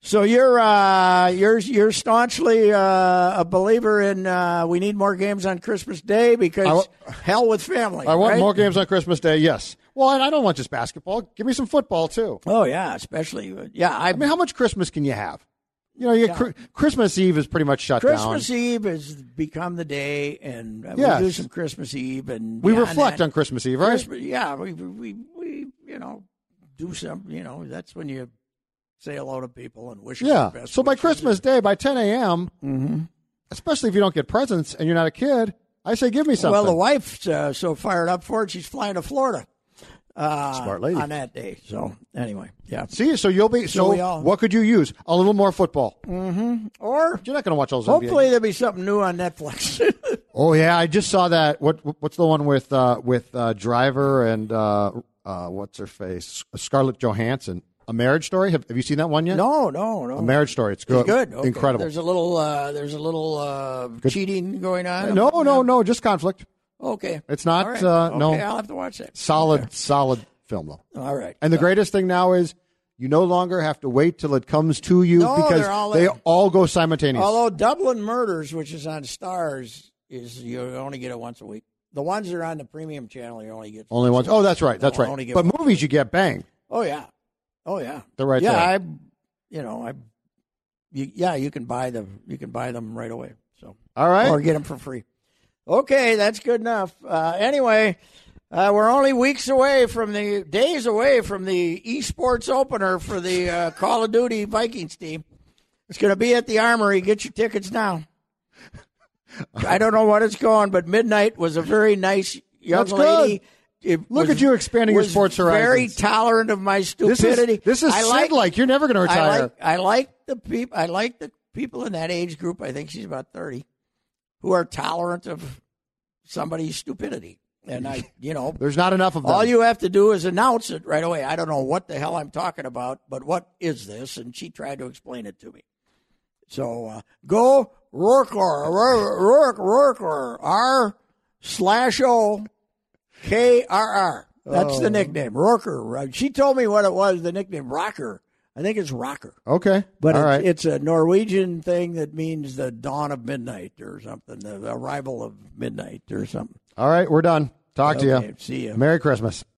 Speaker 4: so you're uh, you're you're staunchly uh, a believer in uh, we need more games on Christmas Day because
Speaker 5: I wa-
Speaker 4: hell with family.
Speaker 5: I want
Speaker 4: right?
Speaker 5: more games on Christmas Day. Yes. Well, and I don't want just basketball. Give me some football too.
Speaker 4: Oh yeah, especially yeah. I,
Speaker 5: I mean, how much Christmas can you have? You know, you get Chri- Christmas Eve is pretty much shut
Speaker 4: Christmas
Speaker 5: down.
Speaker 4: Eve has become the day, and uh,
Speaker 5: Yes.
Speaker 4: we do some Christmas Eve, and
Speaker 5: We
Speaker 4: beyond
Speaker 5: reflect
Speaker 4: that-
Speaker 5: on Christmas Eve, right?
Speaker 4: Christmas, yeah, we, we we we you know do some. You know, that's when you say hello to people and wish. them
Speaker 5: Yeah.
Speaker 4: the best
Speaker 5: So by
Speaker 4: wishes.
Speaker 5: Christmas Day, by 10 a.m.,
Speaker 4: Mm-hmm.
Speaker 5: especially if you don't get presents and you're not a kid, I say give me something.
Speaker 4: Well, the wife's uh, so fired up for it, she's flying to Florida. Uh,
Speaker 5: Smart lady.
Speaker 4: on that day. So anyway, yeah.
Speaker 5: See, so you'll be so.
Speaker 4: we all-
Speaker 5: what could you use? A little more football.
Speaker 4: Or
Speaker 5: You're not going to watch all those. NBA
Speaker 4: hopefully there'll be something new on Netflix.
Speaker 5: Oh yeah, I just saw that. What what's the one with uh, with uh, Driver and uh, uh, what's her face? Scarlett Johansson. A Marriage Story. Have, have you seen that one yet?
Speaker 4: no, no, no.
Speaker 5: A Marriage Story. It's good.
Speaker 4: It's good. Okay.
Speaker 5: Incredible.
Speaker 4: There's a little. Uh, there's a little uh, cheating going on.
Speaker 5: no, no, no. Just conflict.
Speaker 4: Okay.
Speaker 5: It's not,
Speaker 4: All right.
Speaker 5: uh,
Speaker 4: okay,
Speaker 5: no.
Speaker 4: I'll have to watch that.
Speaker 5: Solid, solid film though.
Speaker 4: All right.
Speaker 5: And the greatest thing now is you no longer have to wait till it comes to you
Speaker 4: No,
Speaker 5: because
Speaker 4: they're all
Speaker 5: they
Speaker 4: in.
Speaker 5: all go simultaneous.
Speaker 4: Although Dublin Murders, which is on Stars, is you only get it once a week. The ones that are on the premium channel, you only get.
Speaker 5: Only once. Oh, that's right. That's
Speaker 4: They'll only
Speaker 5: right.
Speaker 4: get
Speaker 5: But
Speaker 4: one.
Speaker 5: movies, you get bang.
Speaker 4: Oh yeah, oh yeah.
Speaker 5: They're right
Speaker 4: yeah,
Speaker 5: there.
Speaker 4: I, you know, I, you, yeah, you can buy them. You can buy them right away. So
Speaker 5: All right.
Speaker 4: or get them for free. Okay, that's good enough. Uh, anyway, uh, we're only weeks away from the days away from the esports opener for the uh, Call of Duty Vikings team. It's going to be at the Armory. Get your tickets now. I don't know what it's going, but midnight was a very nice young
Speaker 5: That's good.
Speaker 4: lady. It
Speaker 5: Look at you expanding your
Speaker 4: was
Speaker 5: sports
Speaker 4: Very
Speaker 5: horizons.
Speaker 4: tolerant of my
Speaker 5: This
Speaker 4: stupidity.
Speaker 5: is this is
Speaker 4: I
Speaker 5: Sid
Speaker 4: like,
Speaker 5: like you're never going to retire.
Speaker 4: I like I like the people I like the people in that age group. I think she's about thirty, who are tolerant of somebody's stupidity. And I, you know,
Speaker 5: There's not enough of them.
Speaker 4: all you have to do is announce it right away. I don't know what the hell I'm talking about, but what is this? And she tried to explain it to me. So uh, go Rourkor, Rourk, Rourkor, R slash O K R R. That's
Speaker 5: Oh.
Speaker 4: the nickname, Rourker. She told me what it was, the nickname Rocker. I think it's Rocker.
Speaker 5: okay.
Speaker 4: But
Speaker 5: all
Speaker 4: it's,
Speaker 5: right.
Speaker 4: it's a Norwegian thing that means the dawn of midnight or something, the arrival of midnight or something.
Speaker 5: all right. We're done. Talk to
Speaker 4: Okay,
Speaker 5: you.
Speaker 4: see ya.
Speaker 5: Merry Christmas.